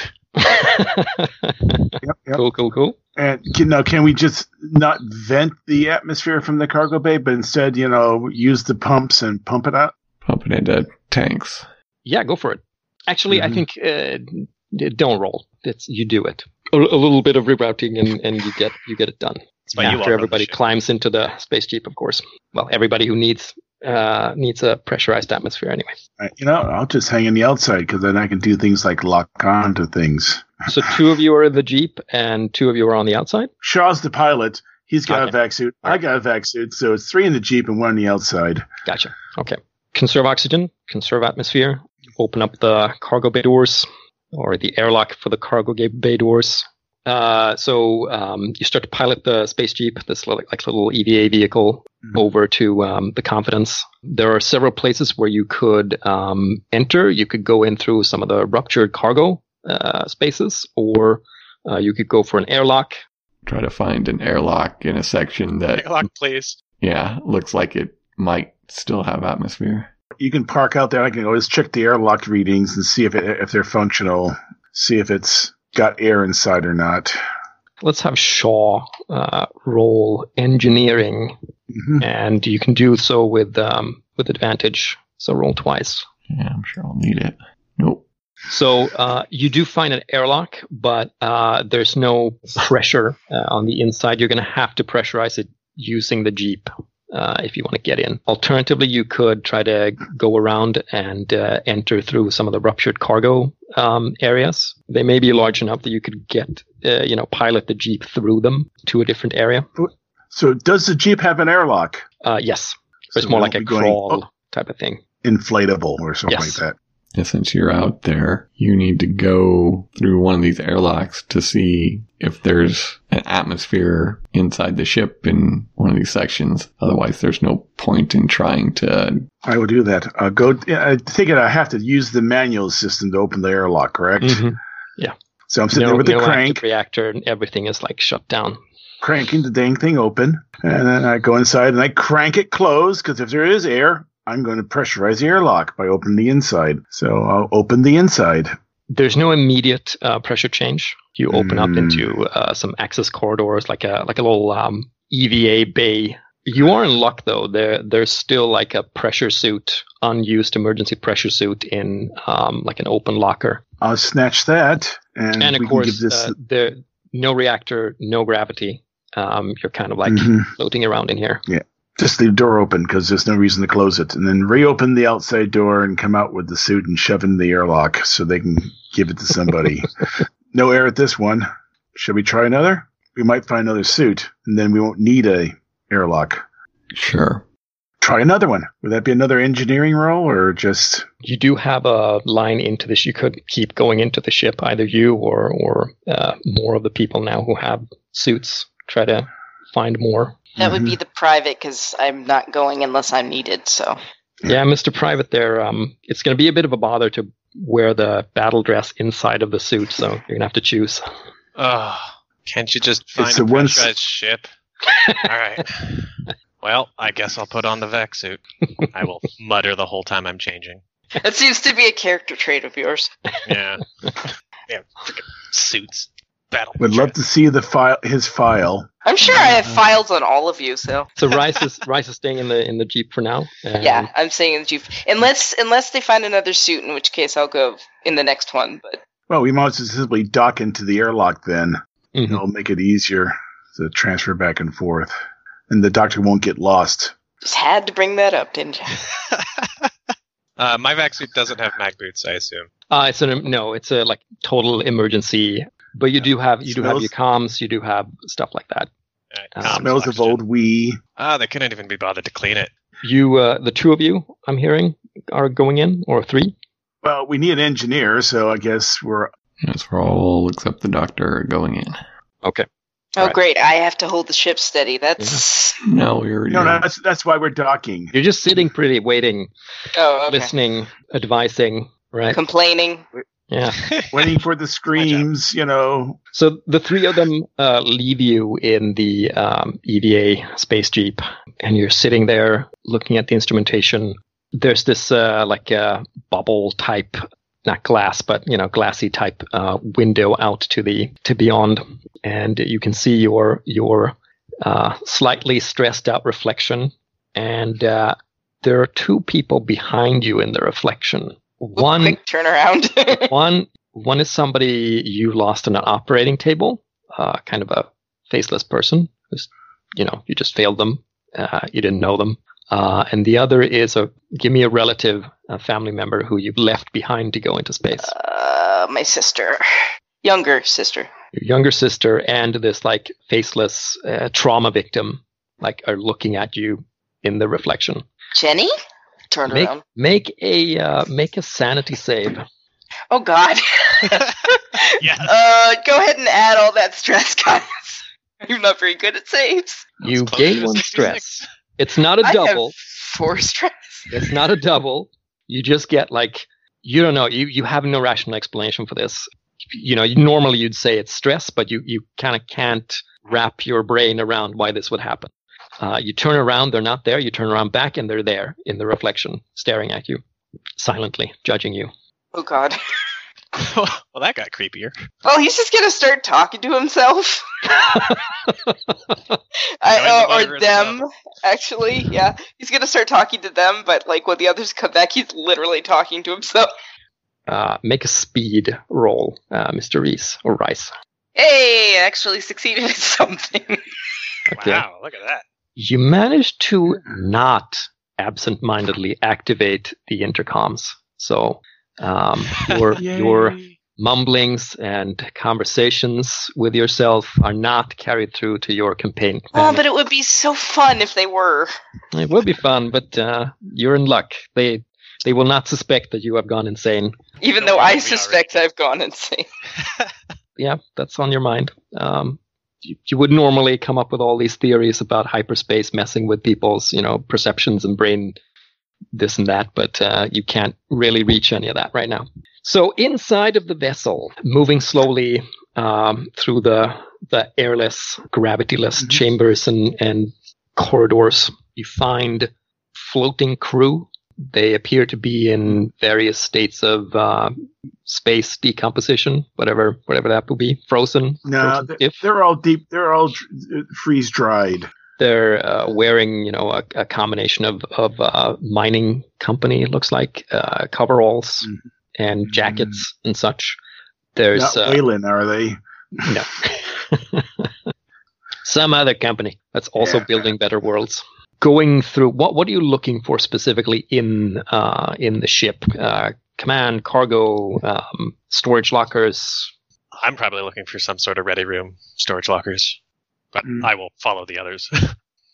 A: Yep, yep.
B: Cool, cool, cool.
A: And can, now, can we just not vent the atmosphere from the cargo bay, but instead, you know, use the pumps and pump it out?
F: Pump it into tanks.
B: Yeah, go for it. Actually,
A: Mhm.
B: I think uh, d- don't roll. It's you do it. A, a little bit of rerouting, and, and you get you get it done.
E: That's why you walk on
B: After
E: the
B: everybody
E: ship.
B: climbs into the space jeep, of course. Well, everybody who needs uh, needs a pressurized atmosphere anyway.
A: Uh, You know, I'll just hang in the outside because then I can do things like lock on to things.
B: So two of you are in the jeep, and two of you are on the outside.
A: Shaw's the pilot. He's got a
B: Okay.
A: vac suit. I got a vac suit. So it's three in the Jeep and one on the outside.
B: Gotcha. Okay. Conserve oxygen. Conserve atmosphere. Open up the cargo bay doors or the airlock for the cargo ga- bay doors. Uh, so um, you start to pilot the space jeep, this little, like little EVA vehicle,
A: Mhm.
B: over to um, the Confidence. There are several places where you could um, enter. You could go in through some of the ruptured cargo uh, spaces, or uh, you could go for an airlock.
F: Try to find an airlock in a section that
E: Airlock, please.
F: yeah, looks like it might still have atmosphere.
A: You can park out there. I can always check the airlock readings and see if it, if they're functional, see if it's got air inside or not.
B: Let's have Shaw uh, roll engineering
A: hmm
B: and you can do so with um, with advantage. So roll twice.
F: Yeah, I'm sure I'll need it. Nope.
B: So uh, you do find an airlock, but uh, there's no pressure uh, on the inside. You're going to have to pressurize it using the jeep uh, if you want to get in. Alternatively, you could try to go around and uh, enter through some of the ruptured cargo um, areas. They may be large enough that you could get, uh, you know, pilot the jeep through them to a different area.
A: So does the Jeep have an airlock?
B: Uh, yes, it's
A: So
B: more
A: we'll
B: like a
A: be going
B: crawl
A: up
B: type of thing.
A: inflatable or something
B: Yes.
A: like that.
F: And since you're out there, you need to go through one of these airlocks to see if there's an atmosphere inside the ship in one of these sections. Otherwise, there's no point in trying to.
A: I will do that. Uh, Mm-hmm. go. I think I have to use the manual system to open the airlock, correct? So I'm sitting
B: Mm-hmm. No,
A: there with
B: no
A: the crank,
B: active reactor and everything is like shut down.
A: cranking the dang thing open, and then I go inside and I crank it closed because if there is air, I'm going to pressurize the airlock by opening the inside. So I'll open the inside.
B: There's no immediate uh, pressure change. You open up
A: Mm.
B: into uh, some access corridors, like a like a little um, EVA bay. You are in luck though. There there's still like a pressure suit, unused emergency pressure suit in um, like an open locker.
A: I'll snatch that, and,
B: And
A: we
B: of
A: can give
B: course,
A: this.
B: uh, there no reactor, no gravity. Um, you're kind of like
A: Mhm.
B: floating around in here.
A: Just leave the door open because there's no reason to close it, and then reopen the outside door and come out with the suit and shove it in the airlock so they can give it to somebody. no air at this one. Should we try another? We might find another suit, and then we won't need a airlock.
F: Sure.
A: Try another one. Would that be another engineering role, or just
B: you do have a line into this. You could keep going into the ship, either you or or uh, more of the people now who have suits. Try to find more.
D: That would
A: Mhm.
D: be the private because I'm not going unless I'm needed. So
B: Yeah, Mr. Private, there. Um, it's going to be a bit of a bother to wear the battle dress inside of the suit, so you're going to have to choose.
E: Oh, can't you just find
A: It's
E: a
A: a one-
E: pressurized ship? All right. Well, I guess I'll put on the vac suit. I will mutter the whole time I'm changing.
D: that seems to be a character trait of yours.
E: Yeah. yeah. Freaking suits. Battle.
A: would love to see the file his file.
D: I'm sure I
A: Mm-hmm.
D: have files on all of you. So
B: So Rice is Rice is staying in the in the jeep for now.
A: Mm-hmm.
B: and-
D: yeah, I'm saying that you've unless unless they find another suit, in which case I'll go in the next one. But
A: Well, we might as well simply dock into the airlock then.
B: Mhm.
A: It'll make it easier to transfer back and forth, and the doctor won't get lost.
D: just had to bring that up, didn't you?
E: uh, my vac suit doesn't have mag boots, I assume.
B: Uh, it's an no. It's a like total emergency, but you do have you do have
A: Smells-
B: your comms. You do have stuff like that.
E: All right,
B: Uh,
E: comms
A: Ah, Smells of
E: oxygen.
A: old wee.
E: Ah, they couldn't even be bothered to clean it.
B: You uh, the two of you, I'm hearing, are going in or three.
A: Well, we need an engineer, so I guess we're
F: Yes, we're all except the doctor going in.
B: Okay.
D: Oh,
B: Right.
D: great! I have to hold the ship steady. That's
F: No, we already
A: no, no. That's that's why we're docking.
B: You're just sitting pretty, waiting,
D: oh, okay.
B: listening, advising, right?
D: Complaining.
B: Yeah.
A: Waiting for the screams, you know.
B: So the three of them uh, leave you in the um, EVA space jeep, and you're sitting there looking at the instrumentation. There's this uh, like uh, bubble type, not glass, but you know, glassy type uh, window out to the to beyond, and you can see your your uh, slightly stressed out reflection, and uh, there are two people behind you in the reflection.
D: Oop,
B: One
D: quick turnaround.
B: one one is somebody you lost on an operating table, uh, kind of a faceless person who's, you know, you just failed them, uh, you didn't know them, uh, and the other is a give me a relative, a family member who you've left behind to go into space.
D: uh, my sister, younger sister.
B: Your younger sister and this like faceless uh, trauma victim, like are looking at you in the reflection.
D: Jenny? Turned
B: Make
D: around.
B: make a uh, make a sanity save.
D: Oh God.
E: Yes.
D: Uh, go ahead and add all that stress, guys. I'm not very good at saves.
B: You
E: Close
B: gain
E: to
B: one
E: 66.
B: stress. It's not a
D: I have
B: double.
D: four stress.
B: It's not a double. You just get like you don't know. You you have no rational explanation for this. You know, you, normally you'd say it's stress, but you you kind of can't wrap your brain around why this would happen. Uh, you turn around, they're not there. You turn around back, and they're there in the reflection, staring at you, silently judging you.
D: Oh God.
E: well, that got creepier.
D: Well, Oh, he's just gonna start talking to himself. I,
E: Join the
D: or, or
E: virus
D: them,
E: club.
D: actually. Yeah, he's gonna start talking to them, but like when the others come back, he's literally talking to himself.
B: Uh, make a speed roll, uh, Mr. Reese or Rice.
D: Hey, I actually succeeded at something.
B: Okay.
E: Wow, look at that.
B: You managed to not absent-mindedly activate the intercoms. So um, your your mumblings and conversations with yourself are not carried through to your campaign.
D: oh, but it would be so fun if they were.
B: it will be fun, but uh, you're in luck. They they will not suspect that you have gone insane.
D: Even
E: No,
D: though
E: that
D: I
E: would be
D: suspect
E: outrageous.
D: I've gone insane.
B: Yeah, that's on your mind. Um, you, you would normally come up with all these theories about hyperspace messing with people's you know perceptions and brain this and that, but uh, you can't really reach any of that right now. So inside of the vessel, moving slowly um, through the the airless, gravityless
A: Mhm.
B: chambers and and corridors, you find floating crew. They appear to be in various states of uh, space decomposition, whatever whatever that would be, frozen.
A: No,
B: frozen
A: they're,
B: stiff.
A: they're all deep. They're all uh, freeze dried.
B: They're uh, wearing, you know, a, a combination of of uh, mining company. It looks like uh, coveralls
A: Mhm.
B: and jackets and such. There's
A: Not
B: uh,
A: Wayland, are they?
B: no. Some other company that's also
A: Yeah.
B: building better worlds. Going through what? What are you looking for specifically in uh, in the ship? Uh, command, cargo, um, storage lockers.
E: I'm probably looking for some sort of ready room storage lockers, but
A: Mm.
E: I will follow the others.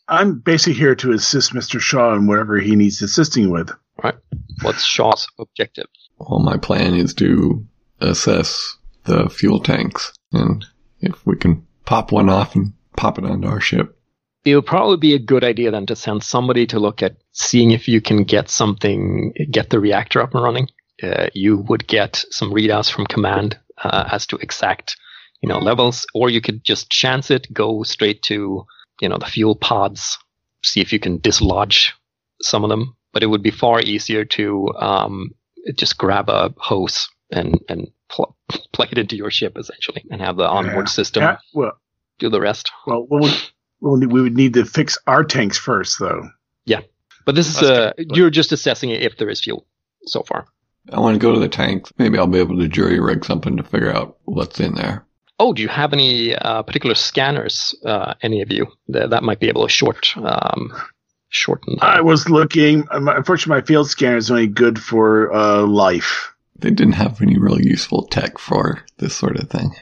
A: I'm basically here to assist Mr. Shaw in whatever he needs assisting with.
B: What's Shaw's objective?
F: Well, my plan is to assess the fuel tanks and if we can pop one off and pop it onto our ship.
B: it would probably be a good idea then to send somebody to look at seeing if you can get something, get the reactor up and running. Uh, you would get some readouts from command uh, as to exact, you know, levels, or you could just chance it, go straight to, you know, the fuel pods, see if you can dislodge some of them. But it would be far easier to um, just grab a hose and and pl- plug it into your ship essentially, and have the onboard system
A: Yeah, well,
B: do the rest.
A: well, what we, well, we would need to fix our tanks first, though.
B: But this is
E: That's
B: uh,
E: good.
B: you're just assessing it if there is fuel so far.
F: I want to go to the tanks. Maybe I'll be able to jury rig something to figure out what's in there.
B: Oh, do you have any uh, particular scanners? Uh, any of you that, that might be able to short um, shorten? that.
A: I was looking. um, Unfortunately, my field scanner is only good for uh, life.
F: They didn't have any really useful tech for this sort of thing.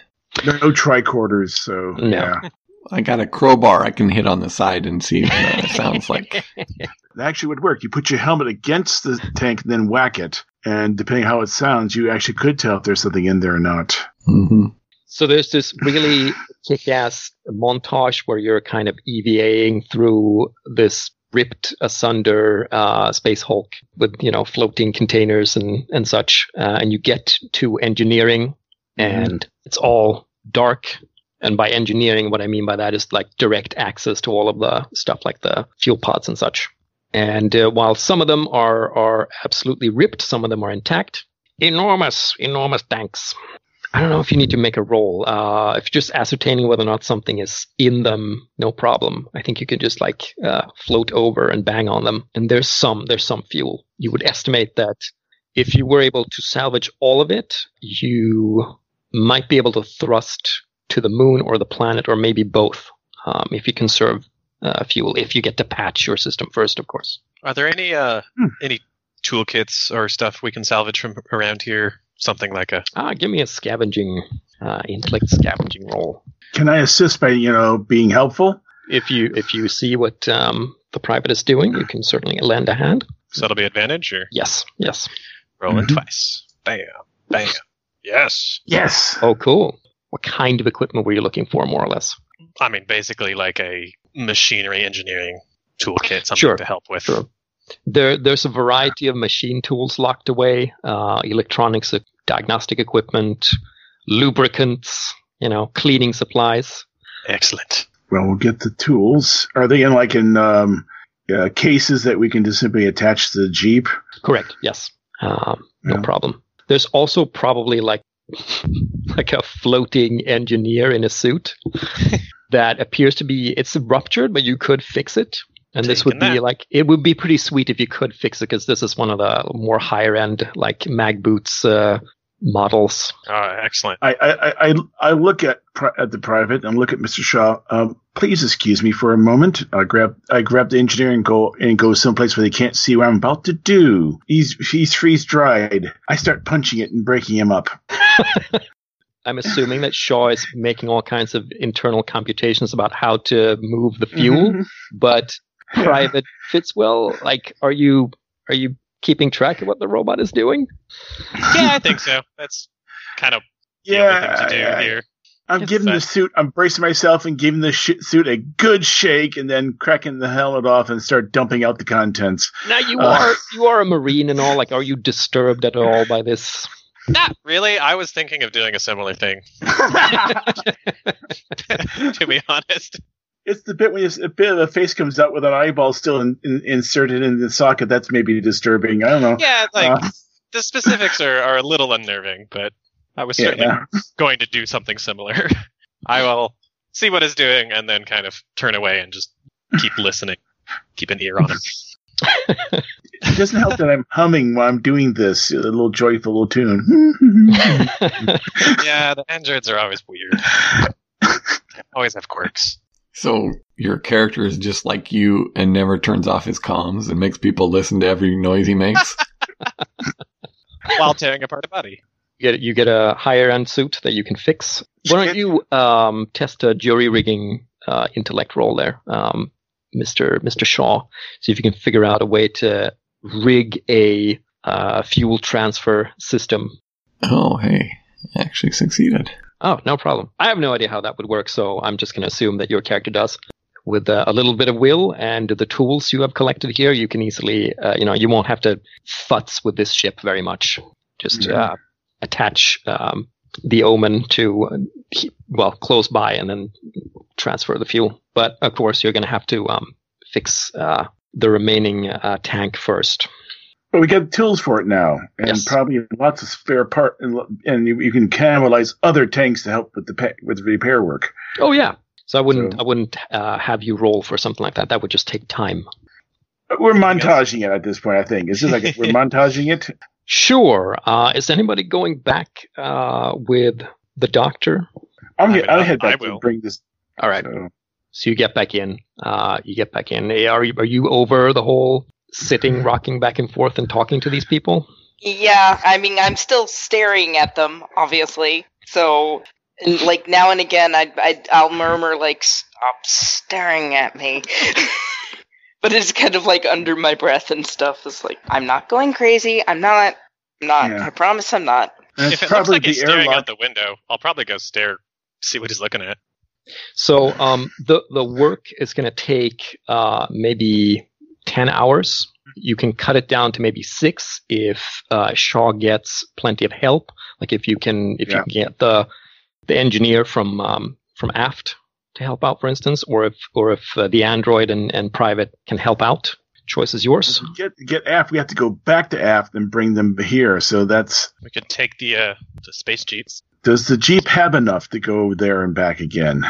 A: There are no tricorders, so
B: No.
A: yeah.
F: I got a crowbar I can hit on the side and see what it sounds like.
A: That actually would work. You put your helmet against the tank, then whack it, and depending how it sounds, you actually could tell if there's something in there or not.
F: hmm
B: So there's this really kick-ass montage where you're kind of EVAing through this ripped asunder uh, space Hulk with you know floating containers and and such, uh, and you get to engineering, and it's all dark. And by engineering, what I mean by that is like direct access to all of the stuff, like the fuel pods and such. And uh, while some of them are are absolutely ripped, some of them are intact. Enormous, enormous tanks. I don't know if you need to make a roll. Uh, if you're just ascertaining whether or not something is in them, no problem. I think you can just like uh, float over and bang on them. And there's some, there's some fuel. You would estimate that if you were able to salvage all of it, you might be able to thrust to the moon or the planet or maybe both um, if you conserve uh, fuel. If you get to patch your system first, of course.
E: Are there any uh
A: Hmm.
E: any toolkits or stuff we can salvage from around here? Something like a
B: Ah, give me a scavenging, uh, intellect scavenging roll.
A: Can I assist by you know being helpful?
B: if you if you see what um, the private is doing, you can certainly lend a hand.
E: so that'll be advantage or
B: Yes, yes.
E: rolling
A: Mhm.
E: twice. Bam, bam. Yes.
A: Yes.
B: Oh, cool. What kind of equipment were you looking for, more or less?
E: I mean, basically like a machinery engineering toolkit, something
B: Sure,
E: to help with.
B: sure. There, there's a variety of machine tools locked away, uh, electronics, uh, diagnostic equipment, lubricants, you know, cleaning supplies.
E: Excellent.
A: Well, we'll get the tools. Are they in like in um, uh, cases that we can just simply attach to the jeep?
B: Correct. Yes. Um, no
A: Yeah.
B: problem. There's also probably like like a floating engineer in a suit that appears to be it's ruptured, but you could fix it. And this would
E: Taking
B: be
E: that.
B: like it would be pretty sweet if you could fix it because this is one of the more higher end like mag boots uh, models.
E: Uh, excellent.
A: I I I- I, I look at pri- at the private and look at Mr. Shaw. Um, please excuse me for a moment. I grab I grab the engineer and go and go someplace where they can't see what I'm about to do. He's he's freeze dried. I start punching it and breaking him up.
B: I'm assuming that Shaw is making all kinds of internal computations about how to move the fuel,
A: Mhm.
B: but Private Fitzwill, like, are you are you keeping track of what the robot is doing?
E: Yeah, I think so. That's kind of the
A: Yeah,
E: only thing to do
A: I-
E: here.
A: I'm
E: It's
A: giving
E: fine.
A: the suit. I'm bracing myself and giving the sh- suit a good shake, and then cracking the helmet off and start dumping out the contents.
B: Now you
A: Uh.
B: are you are a marine and all. Like, are you disturbed at all by this
E: Not really. I was thinking of doing a similar thing, to be honest.
A: it's the bit when it's- a bit of the face comes out with an eyeball still in, in, inserted in the socket. That's maybe disturbing. I don't know.
E: Yeah, like
A: Uh,
E: the specifics are, are a little unnerving, but I was certainly
A: yeah.
E: going to do something similar. I will see what it's doing and then kind of turn away and just keep listening, keep an ear on it.
A: It doesn't help that I'm humming while I'm doing this. A little joyful little tune.
E: Yeah, the androids are always weird. always have quirks.
F: So your character is just like you and never turns off his comms and makes people listen to every noise he makes.
E: While tearing apart a body.
B: You get you get a higher end suit that you can fix. Why don't you um, test a jury rigging uh, intellect roll there, um, Mister Mister Shaw? See if you can figure out a way to rig a uh, fuel transfer system.
F: oh, hey, I actually succeeded.
B: Oh, no problem. I have no idea how that would work, so I'm just going to assume that your character does. With uh, a little bit of will and the tools you have collected here, you can easily, uh, you know, you won't have to futz with this ship very much. Just
A: Mhm.
B: uh, attach um, the omen to, uh, he- well, close by and then transfer the fuel. But of course, you're going to have to um, fix uh, the remaining uh, tank first.
A: But we got tools for it now, and
B: Yes.
A: probably lots of spare part, and, lo- and you, you can cannibalize other tanks to help with the pa- with the repair work.
B: Oh yeah. So I wouldn't,
A: So-
B: I wouldn't uh, have you roll for something like that. That would just take time.
A: But We're montaging it at this point, I think. It's just like we're montaging it.
B: Sure. Uh, is anybody going back uh, with the doctor?
A: I'm
E: I
A: gonna,
E: would-
A: I'll head
E: I
A: back to
E: will.
A: bring this. uh,
B: All right.
A: so.
B: So you get back in. Uh, you get back in. Eh, Are you, are you over the whole sitting, rocking back and forth, and talking to these people?
D: Yeah, I mean, I'm still staring at them, obviously. So, and, like now and again, I, I I'll murmur like, "Stop staring at me," but it's kind of like under my breath and stuff. It's like I'm not going crazy. I'm not. I'm not.
A: Yeah.
D: I promise, I'm not.
A: And
E: if
A: it's
E: it looks
A: probably
E: like he's
A: the
E: staring
A: airlock.
E: out the window, I'll probably go stare, see what he's looking at.
B: So um, the the work is going to take uh, maybe ten hours. You can cut it down to maybe six if uh, Shaw gets plenty of help. Like if you can if
A: Yeah.
B: you can get the the engineer from um, from Aft to help out, for instance, or if or if uh, the android and, and private can help out. Choice is yours.
A: To get to get aft, we have to go back to aft and bring them here. So that's
E: We could take the uh, the space jeeps.
A: does the jeep have enough to go there and back again?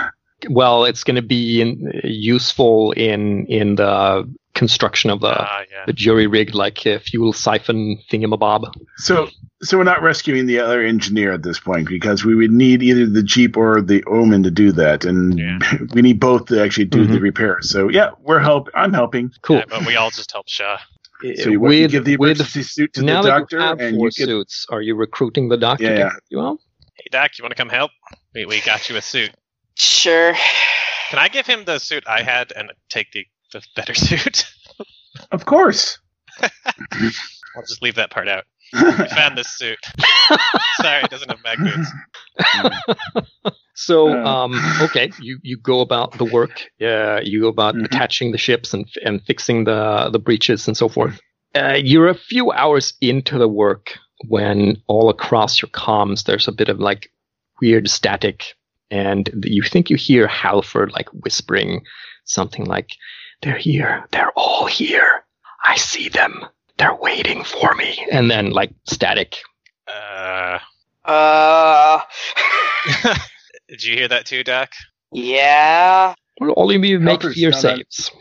B: Well, it's going to be in, uh, useful in in the construction of the.
E: Ah, yeah.
B: the jury rig like uh, fuel siphon thingamabob.
A: So so we're not rescuing the other engineer at this point because we would need either the jeep or the omen to do that, and
E: Yeah.
A: we need both to actually do the
B: Mhm.
A: repair. So yeah, we're help. I'm helping.
B: Cool.
E: Yeah, but we all just help Shaw.
A: So you, what, you give the emergency suit to
B: now
A: the doctor,
B: that you have
A: and
B: four
A: you get
B: suits, are you recruiting the doctor?
A: Yeah,
B: to
A: yeah.
B: help You out?
E: Hey, Doc, you want to come help? We, we got you a suit.
D: Sure.
E: Can I give him the suit I had and take the, the better suit?
A: of course.
E: I'll just leave that part out. I
A: yeah,
E: found this suit. Sorry, it doesn't have mag boots.
B: So,
A: Uh.
B: um, okay, you, you go about the work. Uh, you go about
A: Mhm.
B: attaching the ships and and fixing the the breaches and so forth. Uh, you're a few hours into the work when all across your comms there's a bit of like weird static, and you think you hear Halford like whispering something like, "They're here. They're all here. I see them. They're waiting for me." And then like static.
E: Uh,
D: Uh.
E: did you hear that too, Doc?
D: yeah.
B: Well, All you need to make
A: Halford's
B: fear
A: not on-
B: saves.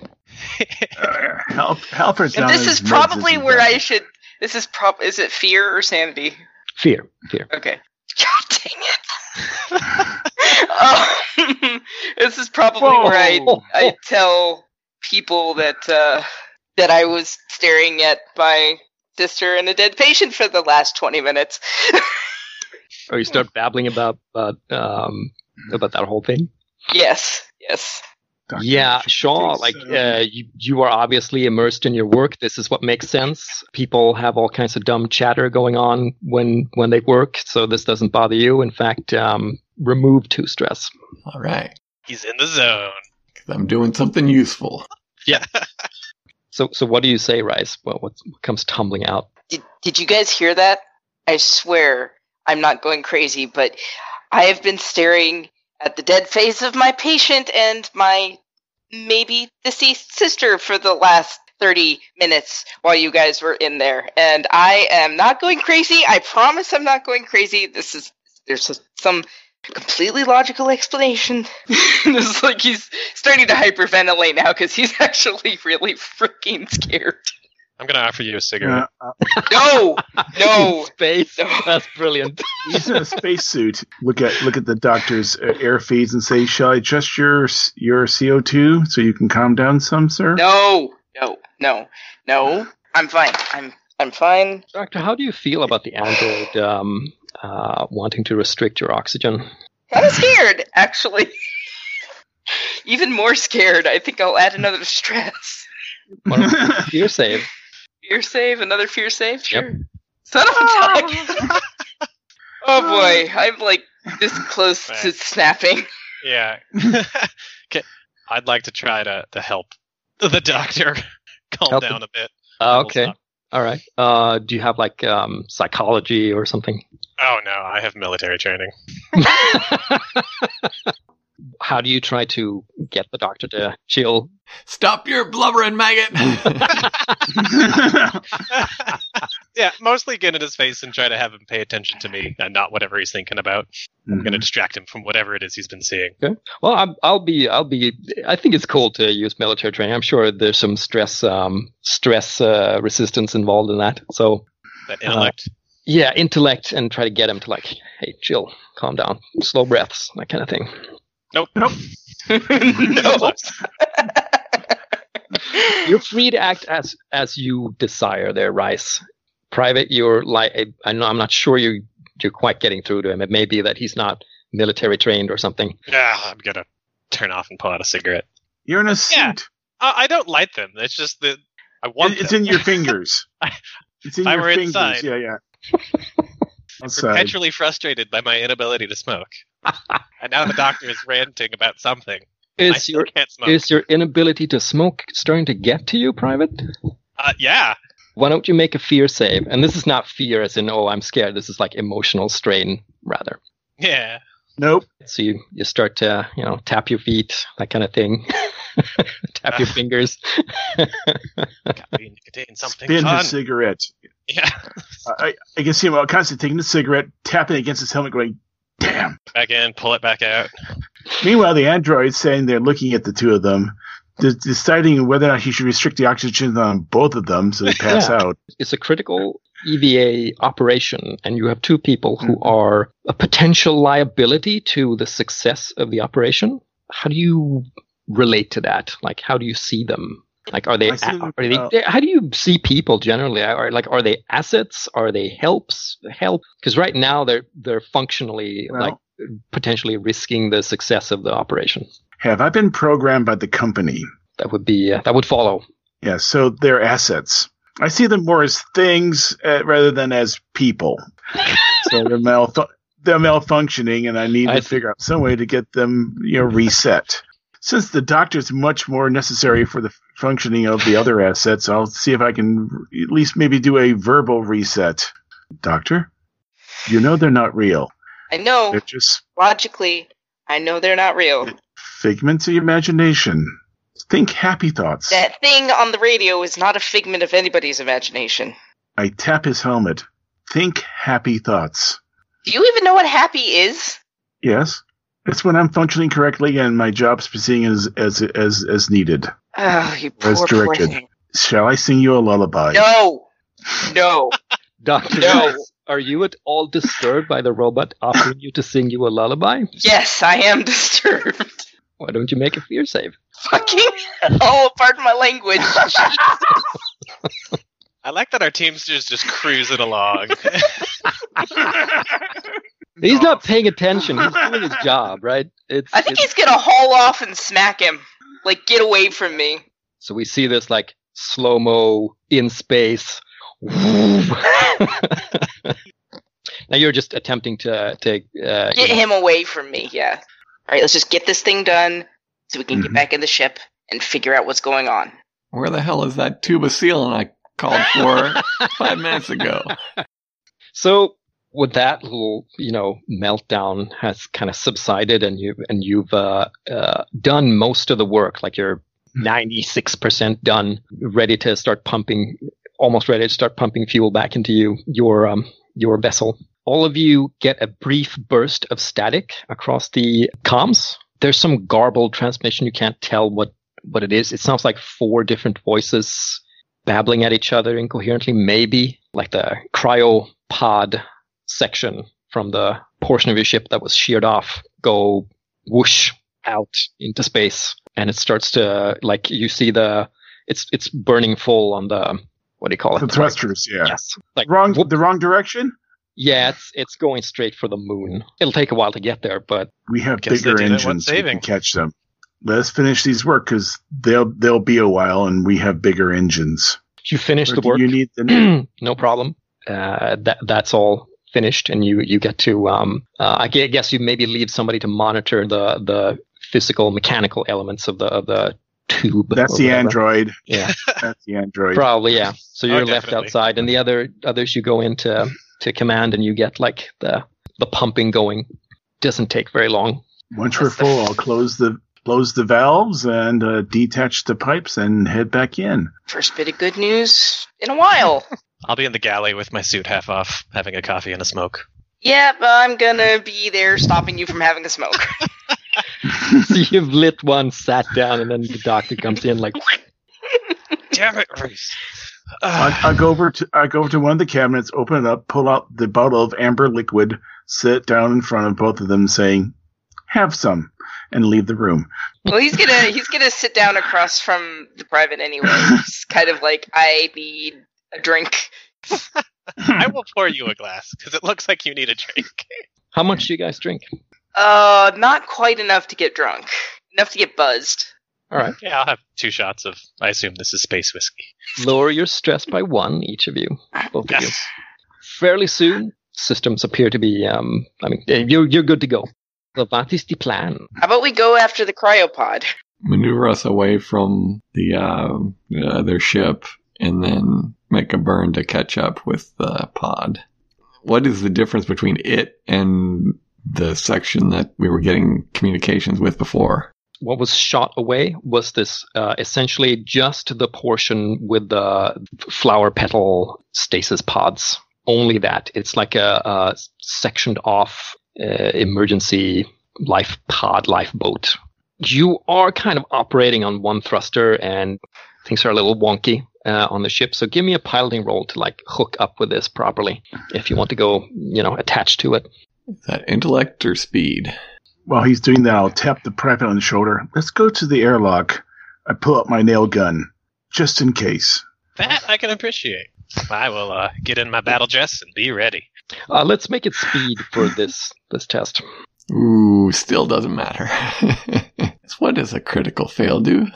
A: Uh, Hal- Halford's
D: And
A: not
D: this
A: on
D: is
A: his meds,
D: probably
A: he,
D: where
A: Doc?
D: I should. This is prob. Is it fear or sanity?
B: Fear. Fear.
D: Okay. God dang it! oh, this is probably where I I tell people that uh, that I was staring at my sister and a dead patient for the last twenty minutes.
B: or you start babbling about about um about that whole thing.
D: yes, yes.
A: Doctor,
B: Yeah,
A: she
B: Shaw,
A: thinks,
B: like
A: uh,
B: uh, you you are obviously immersed in your work. This is what makes sense. People have all kinds of dumb chatter going on when when they work, so this doesn't bother you. In fact, um, remove two stress.
F: All right,
E: He's in the zone.
F: 'cause I'm doing something useful.
B: So so what do you say, Rice? Well, what, what comes tumbling out?
D: Did Did you guys hear that? I swear I'm not going crazy, but I have been staring at the dead face of my patient and my maybe deceased sister for the last 30 minutes while you guys were in there. And I am not going crazy. I promise I'm not going crazy. This is, there's some completely logical explanation. it's like he's starting to hyperventilate now because he's actually really freaking scared.
E: I'm gonna offer you a cigarette.
A: Yeah, uh,
D: No! No!
B: Space.
D: No.
B: That's brilliant.
A: he's in a spacesuit. Look at look at the doctor's uh, air feeds and say, "Shall I adjust your your CO two so you can calm down some, sir?"
D: No! No! No! No! I'm fine. I'm I'm fine.
B: Doctor, how do you feel about the android um, uh, wanting to restrict your oxygen?
D: Kind of scared, actually. Even more scared. I think I'll add another stress.
B: What a fear save.
D: Fear save, another fear save?
B: Yep.
D: Sure. Son of a duck! oh boy, I'm like this close to snapping.
E: Yeah. okay. I'd like to try to, to help the doctor calm
B: Help him.
E: down a bit.
B: Uh,
E: We'll
B: okay.
E: stop.
B: All right. Uh, do you have like um, psychology or something?
E: Oh no, I have military training.
B: How do you try to get the doctor to chill?
F: Stop your blubbering, maggot!
E: yeah, mostly get in his face and try to have him pay attention to me and not whatever he's thinking about. I'm
A: Mm. Mm-hmm.
E: gonna distract him from whatever it is he's been seeing.
B: Well, I'm, I'll be. I'll be. I think it's cool to use military training. I'm sure there's some stress um, stress uh, resistance involved in that. So
E: That intellect.
B: yeah, intellect and try to get him to like, hey, chill, calm down, slow breaths, that kind of thing.
E: nope. Nope.
D: no.
B: You're free to act as as you desire. There, Rice. Private, you're like I, I know. I'm not sure you you're quite getting through to him. It may be that he's not military trained or something.
E: Yeah, Ah, I'm gonna turn off and pull out a cigarette.
A: You're in a suit.
E: Yeah. I, I don't light them. It's just that I want
A: It- it's
E: them.
A: in your fingers. It's in
E: I
A: your
E: were
A: fingers.
E: inside.
A: Yeah, yeah. Outside.
E: perpetually frustrated by my inability to smoke. and now the doctor is ranting about something. I
B: Is
E: still
B: your
E: can't smoke.
B: is your inability to smoke starting to get to you, Private?
E: Uh, yeah.
B: Why don't you make a fear save? And this is not fear as in oh I'm scared. This is like emotional strain rather.
E: Yeah.
A: Nope.
B: So you, you start to you know tap your feet that kind of thing, tap your fingers.
E: Copy nicotine, something
A: Spin
E: fun.
A: his cigarette.
E: yeah.
A: I, I- I can see him constantly taking the cigarette, tapping against his helmet, going, "Damn."
E: Back in, pull it back out.
A: Meanwhile, the android's saying they're looking at the two of them, de- deciding whether or not he should restrict the oxygen on both of them so they pass
B: Yeah.
A: out.
B: It's a critical EVA operation, and you have two people who
A: Mm-hmm.
B: are a potential liability to the success of the operation. How do you relate to that? Like, how do you see them? Like, are they,
A: I see them,
B: are they
A: uh,
B: how do you see people generally? Are like, are they assets? Are they helps? Help? Because right now they're they're functionally
A: Well-
B: like potentially risking the success of the operation.
A: Have I been programmed by the company?
B: That would be uh, that would follow.
A: Yeah, so they're assets. I see them more as things uh, rather than as people. so they're, malfu- they're malfunctioning, and I need
B: I
A: to
B: see.
A: figure out some way to get them, you know, reset. Since the doctor's much more necessary for the functioning of the other assets, I'll see if I can at least maybe do a verbal reset. Doctor, you know they're not real.
D: I know,
A: They're just
D: logically, I know they're not real.
A: figments of your imagination. Think happy thoughts.
D: That thing on the radio is not a figment of anybody's imagination.
A: I tap his helmet. Think happy thoughts.
D: Do you even know what happy is?
A: Yes. It's when I'm functioning correctly and my job's proceeding as as as, as needed.
D: Oh, you poor,
A: As
D: poor
A: directed.
D: thing.
A: Shall I sing you a lullaby?
D: No! No.
B: Doctor,
D: No.
B: are you at all disturbed by the robot offering you to sing you a lullaby?
D: yes, I am disturbed.
B: Why don't you make a fear save?
D: Fucking hell, pardon my language.
E: I like that our teamster's just cruising along.
B: He's not paying attention. He's doing his job, right? It's,
D: I think
B: it's-
D: he's gonna haul off and smack him. Like, get away from me.
B: so. We see this like slow mo in space. now you're just attempting to to uh,
D: Get him away from me, yeah. Alright, let's just get this thing done so we can get
A: Mhm.
D: back in the ship and figure out what's going on.
F: Where the hell is that tube of sealant I called for five minutes ago?
B: So with that little you know meltdown has kind of subsided and you and you've uh, uh, done most of the work like you're 96% done ready to start pumping almost ready to start pumping fuel back into you your um, your vessel all of you get a brief burst of static across the comms there's some garbled transmission you can't tell what what it is it sounds like four different voices babbling at each other incoherently maybe like the cryopod section from the portion of your ship that was sheared off go whoosh out into space and it starts to like you see the it's it's burning full on the what do you call it
A: The thrusters, yeah.
B: yes like
A: Wrong,
B: whoop.
A: the wrong direction.
B: yeah it's it's going straight for the moon it'll take a while to get there but
A: We have
E: Guess they
A: bigger
E: did it with
A: engines. We
E: saving.
A: can catch them. Let us finish these work because they'll they'll be a while, and we have bigger engines.
B: you finish
A: Or
B: the
A: do
B: work
A: You need the
B: no problem. Uh, that that's all finished, and you you get to. Um, uh, I gue- guess you maybe leave somebody to monitor the the physical mechanical elements of the of the tube.
A: that's
B: or
A: the
B: whatever.
A: android.
B: Yeah,
A: That's the android.
B: probably yeah. So
E: Oh,
B: you're left
E: definitely.
B: outside, and the other others you go into to command, and you get like the the pumping going. Doesn't take very long.
A: Once we're full, I'll close the close the valves and uh, detach the pipes and head back in.
D: First bit of good news in a while.
E: I'll be in the galley with my suit half off, having a coffee and a smoke.
D: yep, I'm gonna be there stopping you from having a smoke.
B: so you've lit one, sat down, and then the doctor comes in like.
E: Damn it, Reese. Ah,
A: I, I go over to I go over to one of the cabinets, open it up, pull out the bottle of amber liquid, sit down in front of both of them, saying, "Have some," and leave the room.
D: well, he's gonna he's gonna sit down across from the private anyway. He's kind of like I need a drink.
E: I will pour you a glass because it looks like you need a drink.
B: How much do you guys drink?
D: Uh, not quite enough to get drunk. Enough to get buzzed.
B: All right.
E: Yeah, I'll have two shots of. I assume this is space whiskey.
B: Lower your stress by one, each of you. Both of you.
E: Yes.
B: fairly soon systems appear to be um i mean eh, you're you're good to go so what is the plan
D: How about we go after the cryopod?
F: maneuver us away from the uh, uh, their ship and then make a burn to catch up with the pod. What is the difference between it and the section that we were getting communications with before?
B: what was shot away was this uh, essentially just the portion with the flower petal stasis pods only that it's like a, a sectioned off uh, emergency life pod lifeboat you are kind of operating on one thruster and things are a little wonky uh, on the ship so give me a piloting roll to like hook up with this properly if you want to go you know attached to it
F: Is that intellect or speed?
A: While he's doing that, I'll tap the private on the shoulder. Let's go to the airlock. I pull out my nail gun, just in case.
E: That I can appreciate. I will uh, get in my battle dress and be ready.
B: uh, let's make it speed for this this test
F: Ooh, still doesn't matter. what does a critical fail do?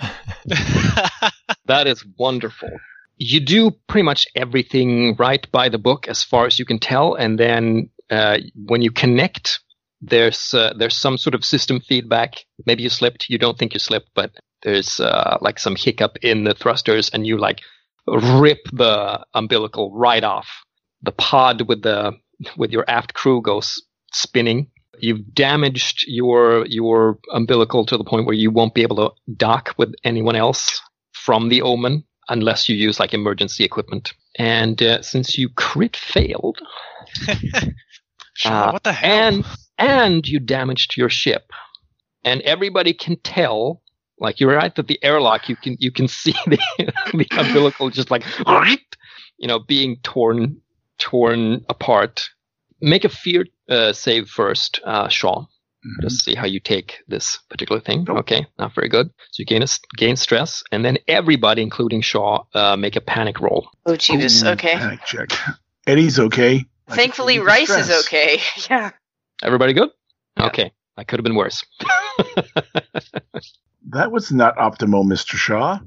B: That is wonderful. You do pretty much everything right by the book, as far as you can tell, and then uh, when you connect, there's uh, there's some sort of system feedback. Maybe you slipped. You don't think you slipped, but there's uh, like some hiccup in the thrusters, and you like rip the umbilical right off. The pod with the with your aft crew goes spinning. You've damaged your your umbilical to the point where you won't be able to dock with anyone else from the omen unless you use like emergency equipment. And uh, since you crit failed
E: Shaw,
B: Uh,
E: what the hell?
B: and and you damaged your ship, and everybody can tell, like you're right that the airlock you can you can see the, the umbilical just like you know being torn torn apart. Make a fear uh, save first, uh, Sean. Just see how you take this particular thing. Okay, not very good. So you gain a, s- gain stress, and then everybody, including Shaw, uh, make a panic roll.
D: Oh Jesus.
A: Ooh,
D: okay.
A: Panic check. Eddie's okay. I can
D: Thankfully,
A: relieve the
D: Rice is
A: stress.
D: okay. Yeah.
B: Everybody good? Okay, that could have been worse.
A: That was not optimal, Mister Shaw.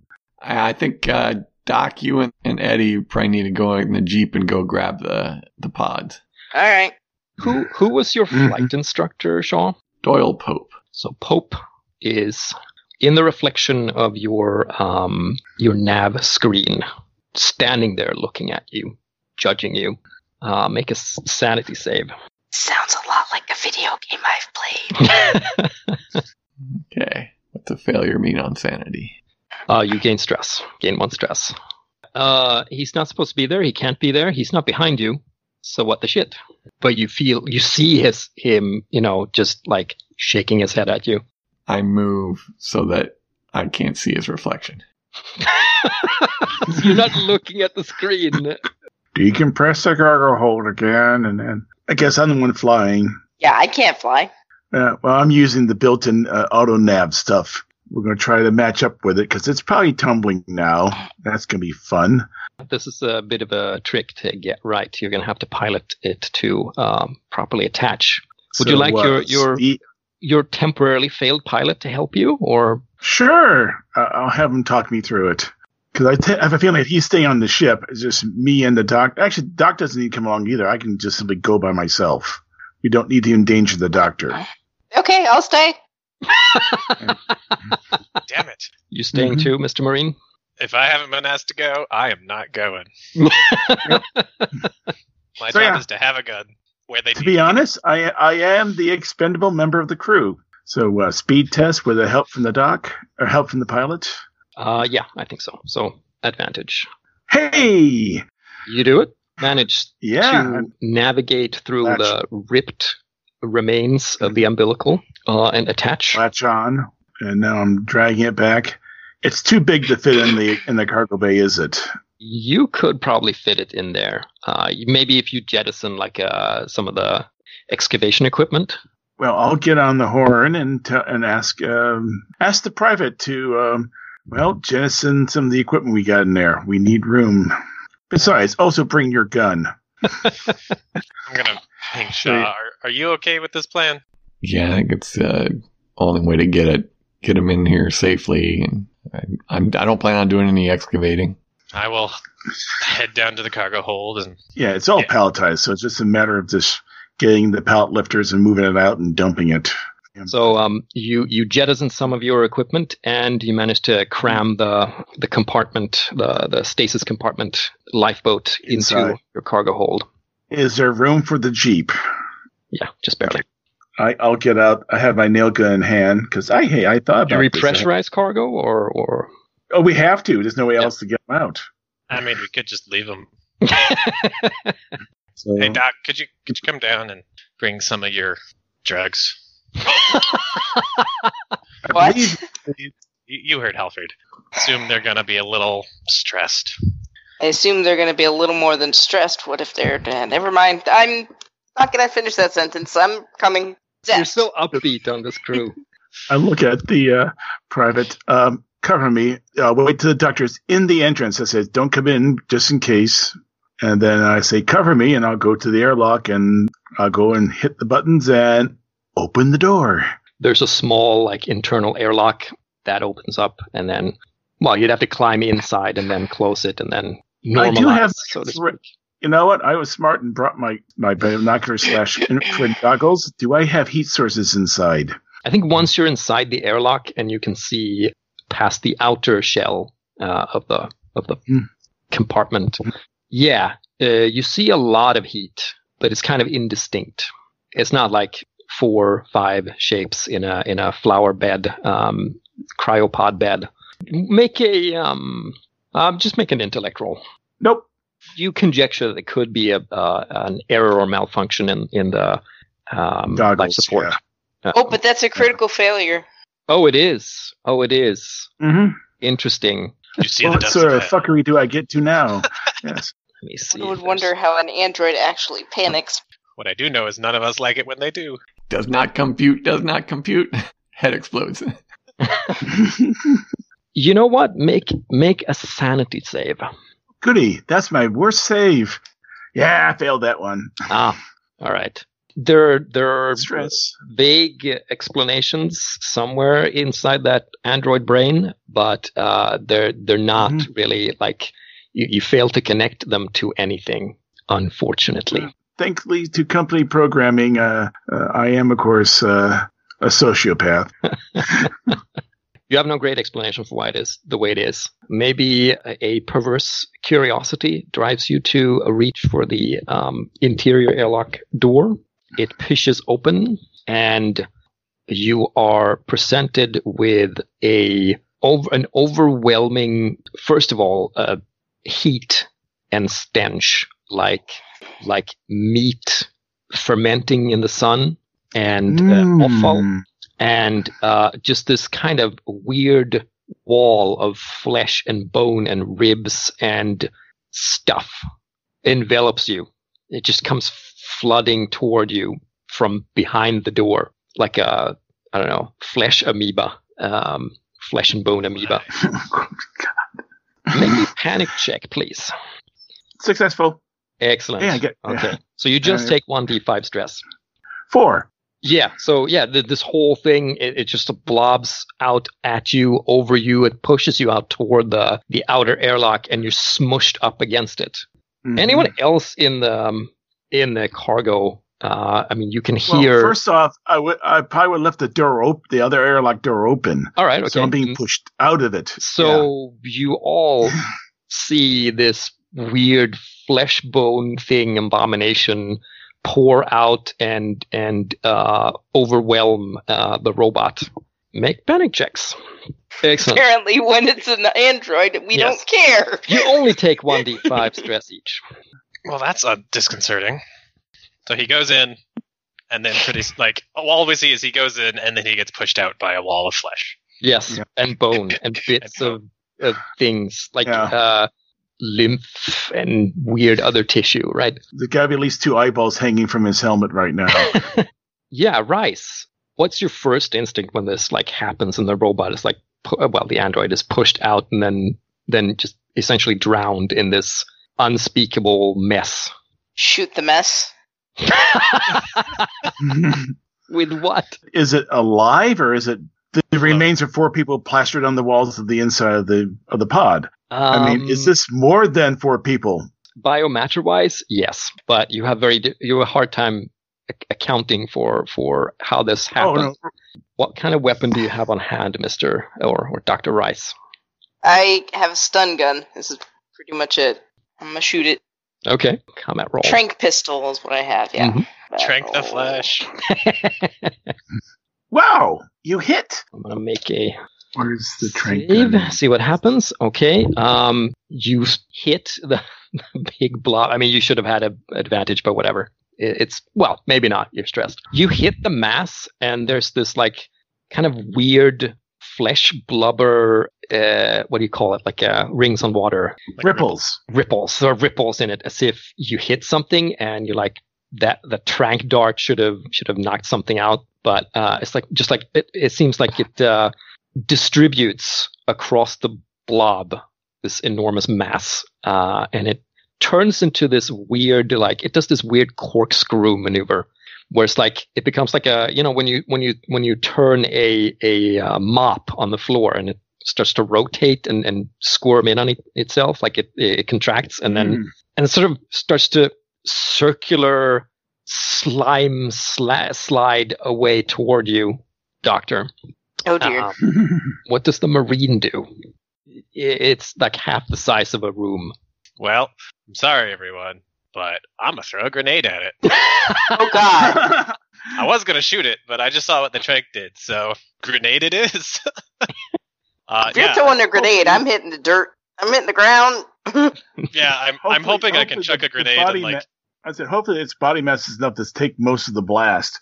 F: I I think uh, Doc, you and, and Eddie probably need to go in the jeep and go grab the the pods.
D: All right.
B: who who was your
A: Mhm.
B: flight instructor, Shaw?
F: Doyle Pope.
B: So Pope is in the reflection of your um, your nav screen, standing there looking at you, judging you. Uh, make a s- sanity save.
D: Sounds a lot like a video game I've played.
F: Okay. What's a failure mean on sanity?
B: Uh, you gain stress. Gain one stress. Uh, he's not supposed to be there. He can't be there. He's not behind you. So what the shit? But you feel, you see his him, you know, just like shaking his head at you.
F: I move so that I can't see his reflection.
B: You're not looking at the screen.
A: Decompress the cargo hold again, and then I guess I'm the one flying.
D: Yeah, I can't fly.
A: Uh, well, I'm using the built-in uh, auto nav stuff. We're going to try to match up with it because it's probably tumbling now. That's going to be fun.
B: This is a bit of a trick to get right. You're going to have to pilot it to um, properly attach. Would you like
A: uh,
B: your- your-
A: speed-
B: Your temporarily failed pilot to help you, or
A: Sure, I- I'll have him talk me through it. Because I te- I have a feeling if he's staying on the ship, it's just me and the doc. Actually, doc doesn't need to come along either. I can just simply go by myself. We don't need to endanger the doctor.
D: Okay, I'll stay.
E: Damn it.
B: you staying
A: Mhm.
B: too, Mr. Marine?
E: If I haven't been asked to go, I am not going. My
A: So,
E: job
A: yeah.
E: is to have a gun where they
A: To
E: need
A: be
E: it.
A: honest, I I am the expendable member of the crew. So uh, speed test with the help from the doc or help from the pilot.
B: Uh, yeah, I think so. So advantage.
A: Hey,
B: You do it. Manage
A: yeah,
B: to navigate through
A: Latch.
B: the ripped remains of the umbilical uh, and attach.
A: latch on, and now I'm dragging it back. It's too big to fit in the in the cargo bay, is it?
B: You could probably fit it in there. Uh, you- maybe if you jettison like uh, some of the excavation equipment.
A: Well, I'll get on the horn and t- and ask um, ask the private to um, well jettison some of the equipment we got in there. We need room. Besides, also bring your gun.
E: I'm going to ping Shaw. Are, are you okay with this plan?
F: Yeah, I think it's the only way to get it, get him in here safely. And I, I'm, I don't plan on doing any excavating.
E: I will head down to the cargo hold and
A: Yeah, it's all
E: Yeah.
A: palletized, so it's just a matter of just getting the pallet lifters and moving it out and dumping it.
B: So um, you you jettison some of your equipment and you manage to cram the the compartment, the the stasis compartment lifeboat
A: Inside.
B: into your cargo hold.
A: Is there room for the jeep?
B: Yeah, just barely.
A: I, I'll get out. I have my nail gun in hand because I hey I thought
B: Do
A: about
B: you
A: this.
B: repressurize cargo or or
A: Oh, we have to. There's no way
B: Yeah.
A: else to get 'em out.
E: I mean, we could just leave them.
A: So,
E: Hey, Doc, could you could you come down and bring some of your drugs?
A: I
D: What?
A: believe-
E: You, you heard Halford. Assume they're gonna be a little stressed.
D: I assume they're going to be a little more than stressed. What if they're. eh, never mind. I'm not going to finish that sentence. I'm coming.
B: You're
D: Zest.
B: so upbeat on this crew.
A: I look at the uh, private. Um, cover me. Uh, wait till the doctor's in the entrance. I said, "Don't come in, just in case." And then I say, "Cover me," and I'll go to the airlock and I'll go and hit the buttons and open the door.
B: there's a small like internal airlock that opens up and then well you'd have to climb inside and then close it and then normalize
A: I do have
B: so to
A: thre-
B: speak.
A: You know what? I was smart and brought my my binocular slash infrared goggles. Do I have heat sources inside?
B: i think once you're inside the airlock and you can see past the outer shell uh, of the of the
A: Hmm.
B: compartment yeah uh, you see a lot of heat but it's kind of indistinct it's not like four five shapes in a in a flower bed um, cryopod bed make a um, um just make an intellect roll
A: Nope.
B: you conjecture that it could be a uh, an error or malfunction in in the um,
A: Goggles,
B: life support.
A: yeah.
B: Uh,
D: Oh, but that's a critical failure.
B: oh, it is. Oh, it is.
A: Mm-hmm.
B: Interesting.
E: You see the
A: What
E: dust
A: sort
E: of
A: of
E: that.
A: fuckery do I get to now? yes.
B: Let me see.
D: One would
B: if
D: wonder
B: there's-
D: how an android actually panics.
E: What I do know is none of us like it when they do.
F: Does not compute, does not compute. Head explodes.
B: You know what? Make make a sanity save.
A: Goody, that's my worst save. Yeah, I failed that one.
B: Ah, all right. There there are
A: Stress.
B: vague explanations somewhere inside that android brain, but uh, they're they're not really like you, you fail to connect them to anything. Unfortunately.
A: Thankfully to company programming, uh, uh, I am, of course, uh, a sociopath.
B: You have no great explanation for why it is the way it is. Maybe a, a perverse curiosity drives you to a reach for the um, interior airlock door. It pushes open, and you are presented with a over, an overwhelming, first of all, uh, heat and stench, like like meat fermenting in the sun and uh, offal
A: Mm.
B: and uh, just this kind of weird wall of flesh and bone and ribs and stuff envelops you. It just comes flooding toward you from behind the door, like a I don't know flesh amoeba, um, flesh and bone amoeba. Make me panic check, please.
A: Successful.
B: Excellent.
A: Yeah, I get- yeah.
B: okay. So you just
A: Alright.
B: take one d5 stress.
A: Four.
B: Yeah. So yeah, th- this whole thing it, it just blobs out at you, over you. It pushes you out toward the the outer airlock, and you're smushed up against it.
A: Mhm.
B: Anyone else in the um, in the cargo? Uh, I mean, you can
A: Well,
B: hear.
A: first off, I would I probably would have left the door open, the other airlock door open,
B: all right. Okay.
A: so I'm being
B: Mm.
A: pushed out of it.
B: So you all see this weird flesh bone thing abomination pour out and and uh, overwhelm uh, the robot. Make panic checks. Excellent.
D: Apparently, when it's an android, we
B: Yes.
D: don't care.
B: You only take one d5 stress each.
E: Well, that's uh, disconcerting. So he goes in, and then pretty s- like all we see is he goes in, and then he gets pushed out by a wall of flesh.
B: Yes,
A: Yeah.
B: and bone and bits of, of things like
A: Yeah.
B: uh, lymph and weird other tissue, right?
A: There gotta be at least two eyeballs hanging from his helmet right now.
B: Yeah, rice. What's your first instinct when this like happens and the robot is like, pu- uh, well, the android is pushed out and then then just essentially drowned in this unspeakable mess.
D: Shoot the mess.
B: With what?
A: is it alive or is it the, the remains of four people plastered on the walls of the inside of the of the pod? I mean, is
B: Um,
A: this more than four people?
B: biomatter wise yes but you have very di- you have a hard time ac- accounting for for how this happened
A: Oh no,
B: what kind of weapon do you have on hand mr or, or dr rice
D: I have a stun gun. This is pretty much it. I'm gonna shoot it.
B: okay combat
F: Oh.
B: roll
D: Trank pistol is what I have. Yeah.
F: Mm-hmm.
D: oh.
B: Mhm.
E: Trank the
D: Battle.
E: flesh.
A: wow, you hit.
B: i'm gonna make a
A: Where's the
B: save
A: trank? gun?
B: see what happens okay um you s- hit the, the big blob i mean you should have had an advantage but whatever It- it's well maybe not you're stressed you hit the mass and there's this like kind of weird flesh blubber uh what do you call it like uh rings on water
E: Like,
A: Ripples.
B: ripples there are ripples in it as if you hit something and you're like that the trank dart should have should have knocked something out but uh it's like just like it, it seems like it uh distributes across the blob this enormous mass uh and it turns into this weird like it does this weird corkscrew maneuver where it's like it becomes like a you know when you when you when you turn a a uh, mop on the floor and it starts to rotate and, and squirm in on it, itself like it, it contracts and then
A: Mm.
B: and it sort of starts to circular slime sla- slide away toward you doctor
D: Oh dear.
F: Uh-uh.
B: Um,
A: Hmm.
B: what does the marine do I- it's like half the size of a room
E: Well, I'm sorry, everyone, but I'm gonna throw a grenade at it.
D: oh god.
E: I was gonna shoot it, but I just saw what the trank did, so grenade it is. uh,
D: If you're
E: yeah,
D: throwing a grenade, I'm hitting the dirt. I'm hitting the ground.
E: yeah. I'm, I'm
A: Hopefully-
E: hoping I can
A: hopefully
E: chuck
A: the- the
E: a grenade
A: body
E: and like
A: ma- I said, hopefully its body mass is enough to take most of the blast.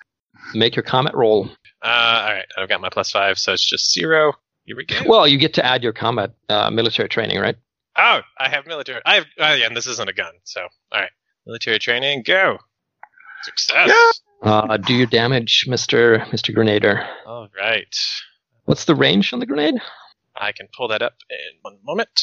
B: make your comment roll
E: Uh, all right, I've got my plus five, so it's just zero. Here we go.
B: well you get to add your combat uh, military training right
E: oh, I have military. I have. Oh, yeah, and this isn't a gun. So, all right, military training, go. Success.
A: Yeah.
B: uh, do your damage mr mr grenader
E: All right,
B: what's the range on the grenade
E: I can pull that up in one moment.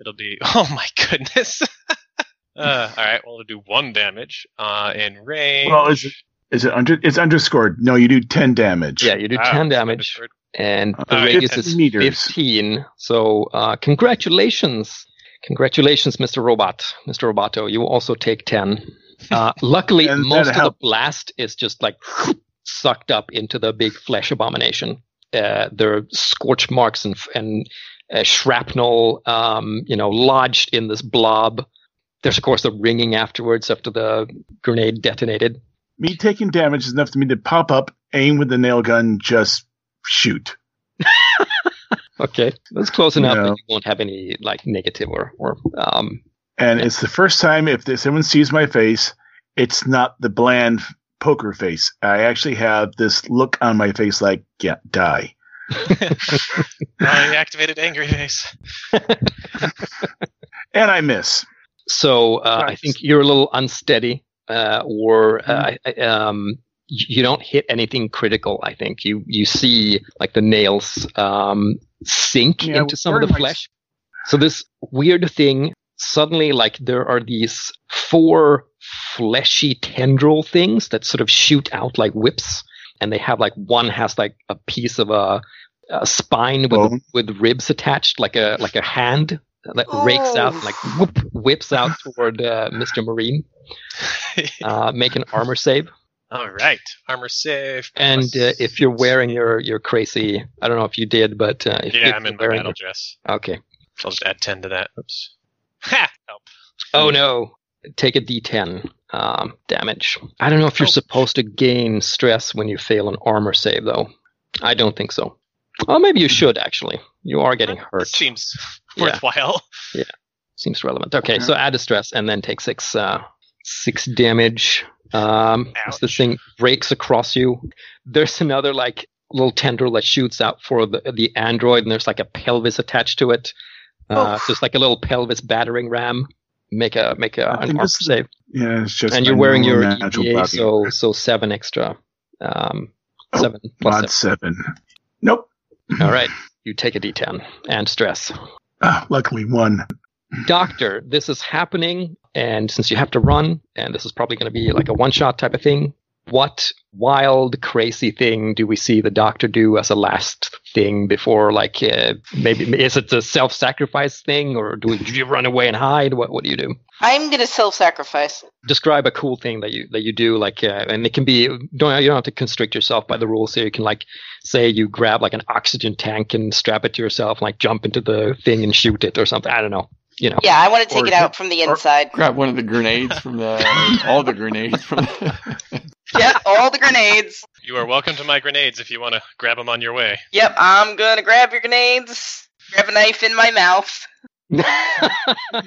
E: It'll be. Oh my goodness. uh, all right, well, it'll do one damage. Uh, in range.
A: Well, is it is it under? It's underscored. No, you do ten damage.
B: yeah you do
E: Ah,
B: 10
E: it's
B: damage
E: underscored.
B: and the
E: Uh,
B: radius
E: 10
B: is
A: meters.
B: 15 so uh, congratulations congratulations mr robot mr roboto you also take 10 uh, luckily
A: And
B: most
A: that
B: of the
A: helped.
B: blast is just like sucked up into the big flesh abomination uh, there are scorch marks and and uh, shrapnel, um, you know, lodged in this blob. There's of course the ringing afterwards after the grenade detonated.
A: Me taking damage is enough for me to pop up, aim with the nail gun, just shoot.
B: Okay, that's close enough.
A: No.
B: That you won't have any like negative or or um,
A: And it's the first time if this, someone sees my face, it's not the bland poker face. I actually have this look on my face like, yeah, die.
E: I activated angry face.
A: And I miss.
B: So uh, I
E: Right.
B: think you're a little unsteady, uh, or uh, I- I- um, y- you don't hit anything critical. I think you you see like the nails um, sink
A: Yeah,
B: into some of
A: we're
B: the
A: like-
B: flesh. So this weird thing suddenly like there are these four fleshy tendril things that sort of shoot out like whips, and they have like one has like a piece of a, a spine with
A: Bone.
B: with ribs attached, like a like a hand that rakes out,
D: Oh.
B: like whoop, whips out toward uh, Mr. Marine. Uh, make an armor save,
E: All right, armor safe.
B: and uh, if you're wearing your your crazy, I don't know if you did, but uh, if,
E: yeah,
B: if
E: I'm
B: you're
E: in my
B: wearing-
E: battle dress.
B: Okay.
E: I'll just add ten to that. Oops. Ha! Help.
B: Oh no, take a D10 um, damage. I don't know if you're
E: Oh.
B: supposed to gain stress when you fail an armor save, though. I don't think so. Well, maybe you should actually. You are getting
E: That
B: hurt.
E: seems
B: Yeah.
E: worthwhile.
B: Seems relevant. Okay, so add a stress and then take six uh, six damage. Um, as the
E: Ouch.
B: thing breaks across you, there's another like little tendril that shoots out for the the android, and there's like a pelvis attached to it. Uh,
D: Oh.
B: So it's like a little pelvis battering ram. Make a make a
A: I
B: an
A: think
B: armor
A: this is-
B: save,
A: Yeah, it's just.
B: and
A: my
B: you're wearing your
A: normal natural
B: EVA,
A: body.
B: so so seven extra, um,
A: Oh,
B: seven plus
A: mod seven. Nope.
B: seven. All right, you take a D10 and stress.
A: Ah, luckily one.
B: doctor, this is happening, and since you have to run, and this is probably going to be like a one shot type of thing, what wild, crazy thing do we see the doctor do as a last thing before, like, uh, maybe is it a self sacrifice thing, or do, we, do you run away and hide? What, what do you do?
D: I'm gonna self-sacrifice.
B: Describe a cool thing that you that you do, like, uh, and it can be don't you don't have to constrict yourself by the rules here. You can like say you grab like an oxygen tank and strap it to yourself, like jump into the thing and shoot it or something. I don't know, you know.
D: Yeah, I want to take
F: Or-
D: it out from the
F: or-
D: inside.
F: Grab one of the grenades from the all the grenades from the
D: Yep, all the grenades.
E: You are welcome to my grenades if you want to grab them on your way.
D: Yep, I'm gonna grab your grenades. Grab a knife in my mouth.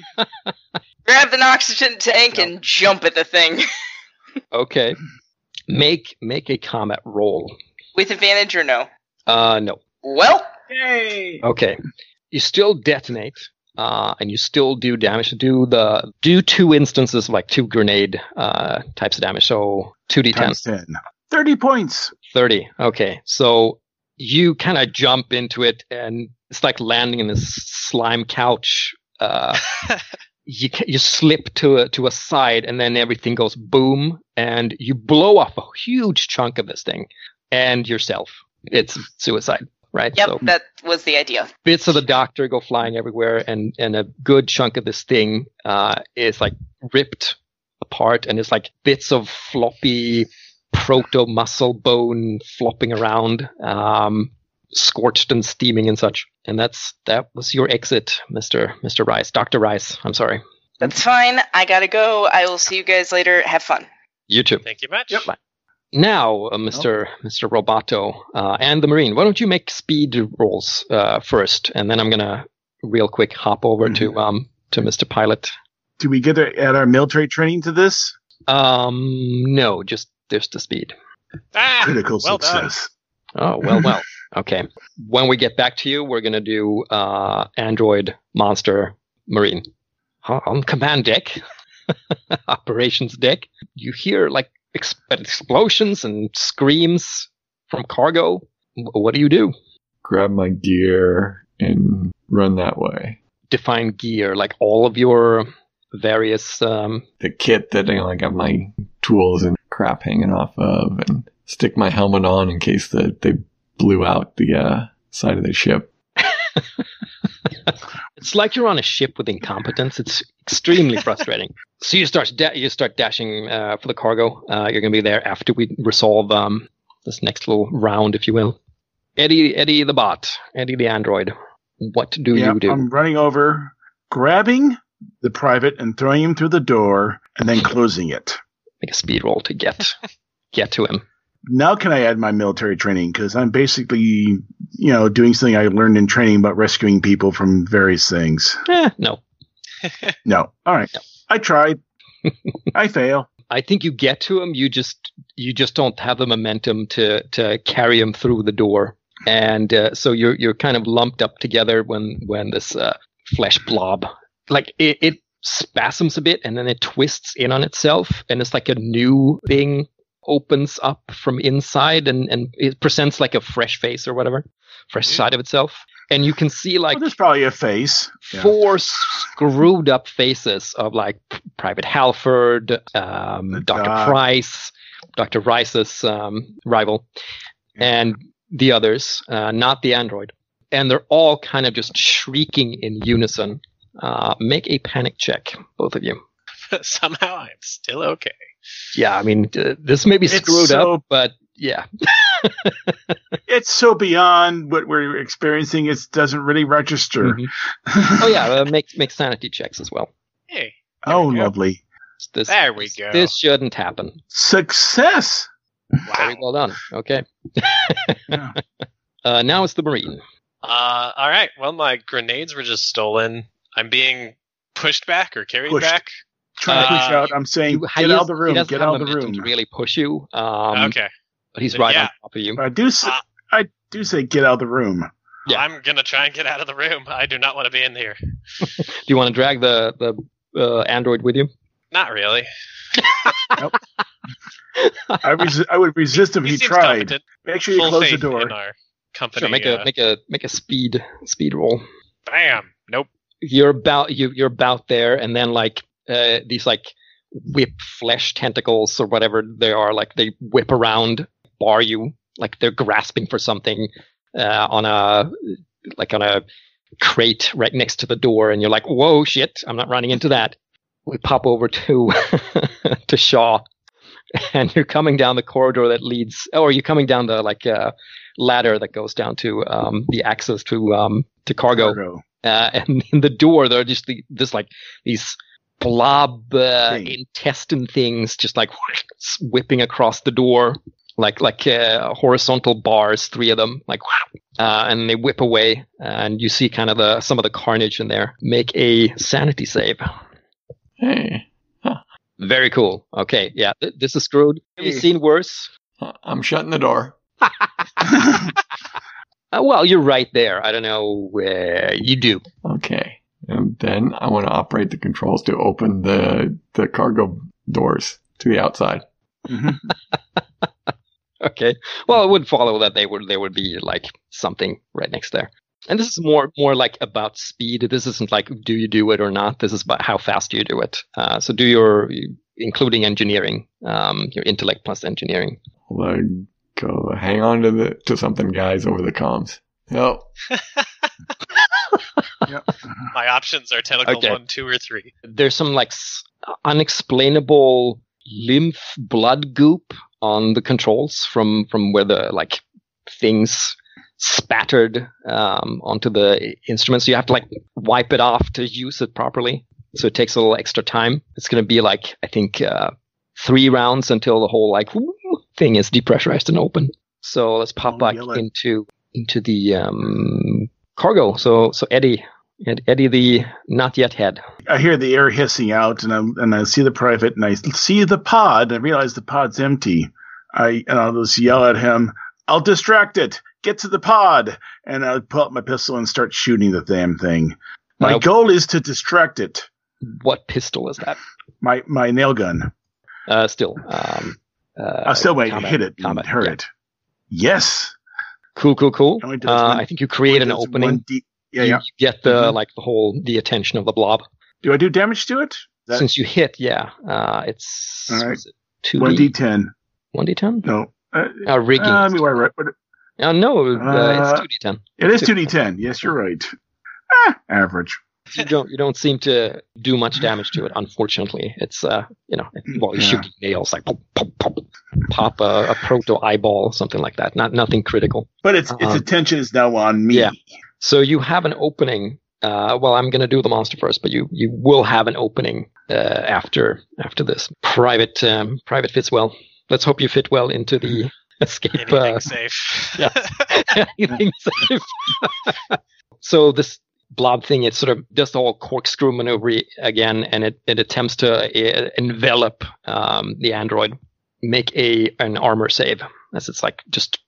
D: Grab an oxygen tank and jump at the thing
B: Okay. Make make a combat roll.
D: with advantage or no.
B: Uh no.
D: Well,
E: Yay!
B: Okay. You still detonate, uh, and you still do damage. Do the do two instances of like two grenade uh types of damage. So two D ten.
A: Times ten. Thirty points.
B: 30. Okay. So you kind of jump into it, and it's like landing in this slime couch. Uh, you ca- you slip to a, to a side, and then everything goes boom, and you blow off a huge chunk of this thing and yourself. It's suicide, right?
D: yep,
B: So
D: that was the idea.
B: bits of the doctor go flying everywhere, and, and a good chunk of this thing uh, is like ripped apart, and it's like bits of floppy proto muscle bone flopping around, um, scorched and steaming and such. And that's that was your exit, Mister Mister Rice, Doctor Rice. I'm sorry.
D: That's fine. I gotta go. I will see you guys later. Have fun.
B: You too.
E: Thank you much.
B: Yep. Now, uh, Mister Mister Roboto uh, and the Marine, why don't you make speed rolls uh, first, and then I'm gonna real quick hop over to um to Mister Pilot.
A: Do we get our, at our military training to this?
B: Um, no, just there's the speed.
E: Ah,
A: Critical
E: well done.
A: success.
B: Oh well, well. Okay. When we get back to you, we're gonna do uh, Android Monster Marine Huh, on command deck, operations deck. You hear like ex- explosions and screams from cargo. Wh- What do you do?
F: grab my gear and run that way.
B: Define gear, like all of your various. Um,
F: The kit that I like have my tools and crap hanging off of and stick my helmet on in case that they blew out the uh, side of the ship.
B: it's like you're on a ship with incompetence. It's extremely frustrating. so you start da- you start dashing uh, for the cargo. Uh, you're gonna be there after we resolve um, this next little round, if you will. Eddie, Eddie the bot, Eddie the android. What do
A: Yeah, um,
B: you do?
A: I'm running over, grabbing the private and throwing him through the door, and then closing it.
B: Make a speed roll to get get to him.
A: Now can I add my military training? Because I'm basically, you know, doing something I learned in training about rescuing people from various things.
B: Eh, no,
A: No. All right. I tried. I fail.
B: I think you get to him. You just you just don't have the momentum to to carry him through the door, and uh, so you're you're kind of lumped up together when when this uh, flesh blob like it. it spasms a bit and then it twists in on itself and it's like a new thing opens up from inside and and it presents like a fresh face or whatever fresh side of itself and you can see like
A: well, there's probably a face. Yeah.
B: four screwed up faces of like Private Halford, um, Dr.
A: doc.
B: Price, Dr. Rice's um, rival, and the others, uh, not the android. And they're all kind of just shrieking in unison. Uh, make a panic check, both of you.
E: Somehow I'm still okay.
B: Yeah, I mean, uh, this may be
A: It's
B: screwed
A: so-
B: up, but yeah.
A: It's so beyond what we're experiencing, it doesn't really register.
B: Mhm. Oh, yeah, uh, make, make sanity checks as well.
E: Hey,
A: oh,
E: There we go.
A: lovely.
B: This,
E: there we go.
B: This shouldn't happen.
A: Success.
B: Very
E: wow.
B: well done. Okay.
A: Yeah.
B: Uh, now it's the Marine.
E: Uh, all right. Well, my grenades were just stolen. I'm being pushed back or carried
A: Pushed.
E: back.
A: Trying to push
E: Uh,
A: out. I'm saying,
B: You- he
A: get out
B: doesn't-
A: of the
B: he
A: room.
B: doesn't
A: Get
B: have
A: out of the
B: momentum
A: room.
B: to really push you. Um,
E: okay.
B: But he's
E: Uh,
B: right
E: yeah.
B: on top of you.
A: But I do. s I
E: Ah.
A: I do say, get out of the room.
B: yeah.
E: I'm gonna try and get out of the room. I do not want to be in here.
B: Do you want to drag the the uh, android with you?
E: Not really.
A: I, resi- I would resist if he,
E: seems
A: tried.
E: competent.
A: Make sure you
E: Full
A: close the
E: faith
A: door.
E: In our company.
B: Sure. Make a
E: uh,
B: make a make a speed speed roll.
E: bam. Nope.
B: You're about you you're about there, and then like uh, these like whip flesh tentacles or whatever they are, like they whip around, bar you, like they're grasping for something uh, on a like on a crate right next to the door, and you're like, whoa, shit, I'm not running into that. We pop over to to Shaw. and you're coming down the corridor that leads, or you're coming down the like uh, ladder that goes down to um, the access to um, to cargo,
A: Virgo.
B: uh, and in the door there are just the, this like these blob uh,
A: Thing.
B: intestine things just like whipping across the door, like like uh, horizontal bars, three of them, like uh, and they whip away, uh, and you see kind of the some of the carnage in there. Make a sanity save.
F: Hey,
B: Very cool. Okay, yeah, th- this is screwed. Have you
A: Hey.
B: seen worse?
F: I'm shutting the door.
B: Uh, well, you're right there. I don't know. Uh, you do.
F: Okay. And then I want to operate the controls to open the the cargo doors to the outside.
A: Mhm.
B: Mm-hmm. Okay. Well, it would follow that they would there would be like something right next there. And this is more more like about speed. This isn't like do you do it or not. This is about how fast you do it. Uh, so do your including engineering, um, your intellect plus engineering.
F: Well, uh, go hang on to the to something, guys, over the comms. Oh,
E: My options are tentacle
B: Okay.
E: one, two, or three.
B: There's some like s- unexplainable lymph blood goop on the controls from from where the like things spattered um, onto the instrument. So you have to like wipe it off to use it properly. So it takes a little extra time. It's going to be like I think uh, three rounds until the whole like thing is depressurized and open. So let's pop
A: Oh,
B: back
A: yellow.
B: into into the um, cargo. So so Eddie Ed, Eddie the not yet head.
A: I hear the air hissing out, and I and I see the private, and I see the pod, and I realize the pod's empty. I and I'll just yell at him. I'll distract it. Get to the pod, and I pull out my pistol and start shooting the damn thing. My
B: Nope.
A: goal is to distract it.
B: What pistol is that?
A: My my nail gun.
B: Uh, still. Um, uh,
A: I'll still wait to
B: combat-
A: hit it and
B: combat,
A: hurt
B: yeah.
A: it. Yes.
B: Cool, cool, cool.
A: Only does
B: Uh,
A: one-
B: I think you create an
A: Does
B: opening.
A: one D- yeah,
B: You-
A: yeah.
B: You get the
A: Mhm.
B: like the whole the attention of the blob.
A: Do I do damage to it? That-
B: Since you hit, yeah, uh, it's
A: All right.
B: two
A: One D ten.
B: one d ten.
A: No. Uh,
B: Uh, rigging.
A: uh, let me write- write-
B: Uh, no, uh, it's
A: Uh,
B: two d ten.
A: It is 2d10. Yes, you're right. Ah, average.
B: you don't you don't seem to do much damage to it. Unfortunately, it's uh you know well you
A: Yeah.
B: shoot nails like pop pop pop pop uh, a, a proto eyeball something like that. Not nothing critical.
A: But it's its
B: Uh-huh.
A: attention is now on me.
B: Yeah. So you have an opening. Uh, well, I'm going to do the monster first, but you you will have an opening uh, after after this private um, private fits well. Let's hope you fit well into the escape.
E: Anything
B: Uh,
E: safe.
B: yeah. anything safe. so this blob thing, it sort of does the whole corkscrew maneuver again, and it, it attempts to uh, envelop um, the android. Make a an armor save as it's like just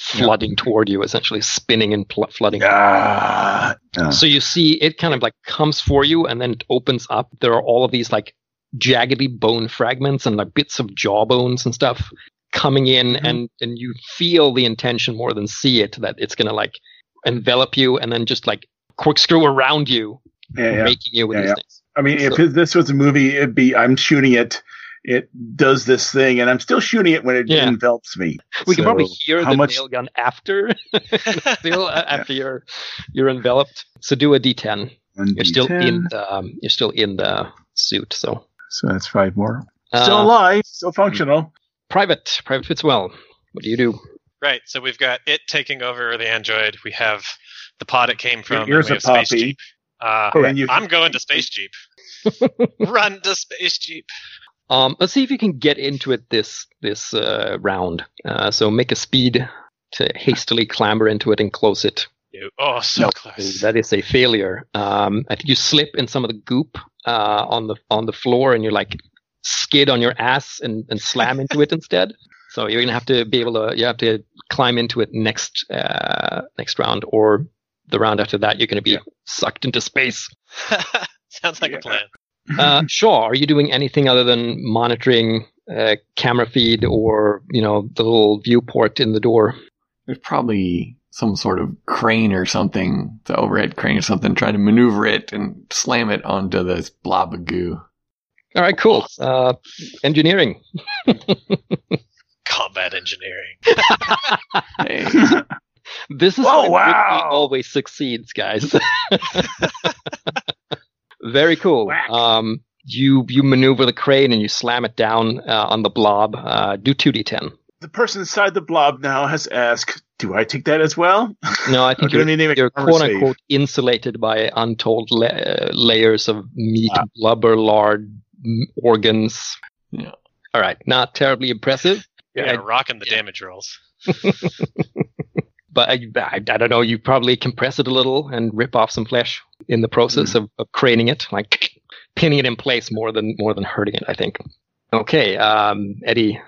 B: flooding toward you, essentially spinning and pl- flooding.
A: Ah, Yeah.
B: So you see it kind of like comes for you and then it opens up. There are all of these like jaggedy bone fragments and like bits of jaw bones and stuff coming in
A: Mm-hmm.
B: and and you feel the intention more than see it that it's gonna like envelop you and then just like corkscrew around you,
A: yeah, yeah.
B: making you with
A: Yeah,
B: these
A: yeah.
B: things.
A: I mean, if
B: So-
A: this was a movie, it'd be I'm shooting it. It does this thing, and I'm still shooting it when it
B: Yeah.
A: envelops me.
B: We can
A: So
B: probably hear
A: how
B: the
A: much-
B: nail gun after still uh, after you're you're enveloped. So do a D ten. You're still
A: 1d10.
B: in the um, you're still in the suit. So
A: So that's five more.
B: uh,
A: still alive, still
E: Mm-hmm.
A: functional.
B: private private Fitzwell. What do you do?
E: Right. So we've got it taking over the android. We have the pod it came from.
A: Your
E: and
A: ears
E: we
A: are
E: have space
A: poppy.
E: jeep. Uh,
A: And you,
E: I'm going to space jeep. Run to space jeep.
B: Um, let's see if you can get into it this this uh, round. Uh, so make a speed to hastily clamber into it and close it.
E: You- Oh, so
A: No.
E: close.
B: That is a failure. Um, I think you slip in some of the goop uh, on the on the floor, and you're like skid on your ass and, and slam into it instead. So you're gonna have to be able to you have to climb into it next uh, next round or the round after that. You're gonna be sucked into space.
E: Sounds like
A: Yeah.
E: a plan.
B: uh, Shaw, are you doing anything other than monitoring uh, camera feed or you know the little viewport in the door?
F: There's probably some sort of crane or something, the overhead crane or something, try to maneuver it and slam it onto this blob of goo.
B: All right, cool. Uh, engineering.
E: Combat engineering.
F: Hey,
B: This is
A: Whoa,
B: how
A: wow.
B: Ripley always succeeds, guys. Very cool.
A: Whack.
B: Um, you you maneuver the crane and you slam it down uh, on the blob. Uh, do two d10.
A: the person inside the blob now has asked, "Do I take that as well?"
B: No, I think
A: do I
B: you're,
A: need to make
B: you're
A: a
B: quote
A: save?
B: unquote insulated by untold la- uh, layers of meat,
A: Ah.
B: blubber, lard, m- organs.
F: Yeah.
B: All right, not terribly impressive,
E: Yeah,
B: I-
E: rocking the
B: yeah.
E: damage rolls.
B: but I, I, I don't know. You probably compress it a little and rip off some flesh in the process of, of craning it, like pinning it in place more than more than hurting it. I think. Okay, um, Eddie,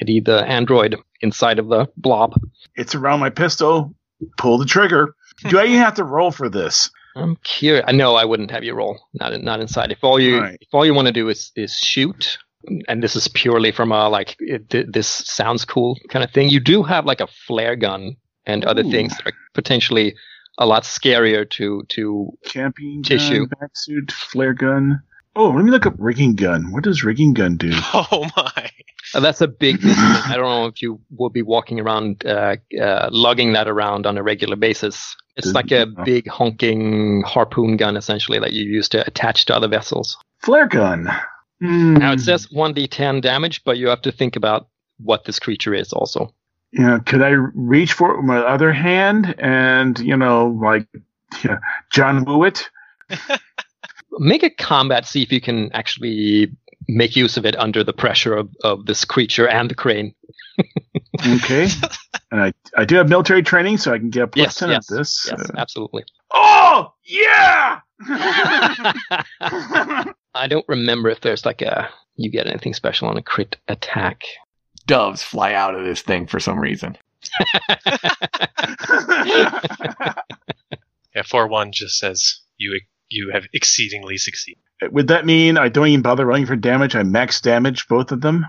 B: Eddie, the android inside of the blob.
A: It's around my pistol. Pull the trigger.
E: Hmm.
A: Do I even have to roll for this?
B: I'm curious. I know I wouldn't have you roll. Not in- not inside. If all you
A: Right.
B: if all you want to do is is shoot, and this is purely from a like it, th- this sounds cool kind of thing. You do have like a flare gun and other
A: Ooh.
B: things that are potentially a lot scarier to to.
A: Camping
B: Tissue.
A: gun, back suit, flare gun. Oh, let me look up rigging gun. What does rigging gun do?
E: Oh my.
B: uh, That's a big. thing. I don't know if you will be walking around uh, uh, lugging that around on a regular basis. It's
A: Good.
B: like a
A: Yeah.
B: big honking harpoon gun essentially that you use to attach to other vessels.
A: Flare gun. Hmm.
B: Now it says 1d10 damage, but you have to think about what this creature is also.
A: you know, could I reach for it with my other hand and, you know, like yeah, John Woo it?
B: Make a combat, see if you can actually make use of it under the pressure of, of this creature and the crane.
A: Okay. and I, I do have military training, so I can get a plus
B: Yes,
A: 10
B: yes,
A: at this.
B: Yes,
A: Uh,
B: absolutely.
A: oh, yeah!
B: I don't remember if there's like a you get anything special on a crit attack.
F: doves fly out of this thing for some reason.
E: Yeah, four one just says you you have exceedingly succeeded.
A: Would that mean I don't even bother rolling for damage? I max damage both of them?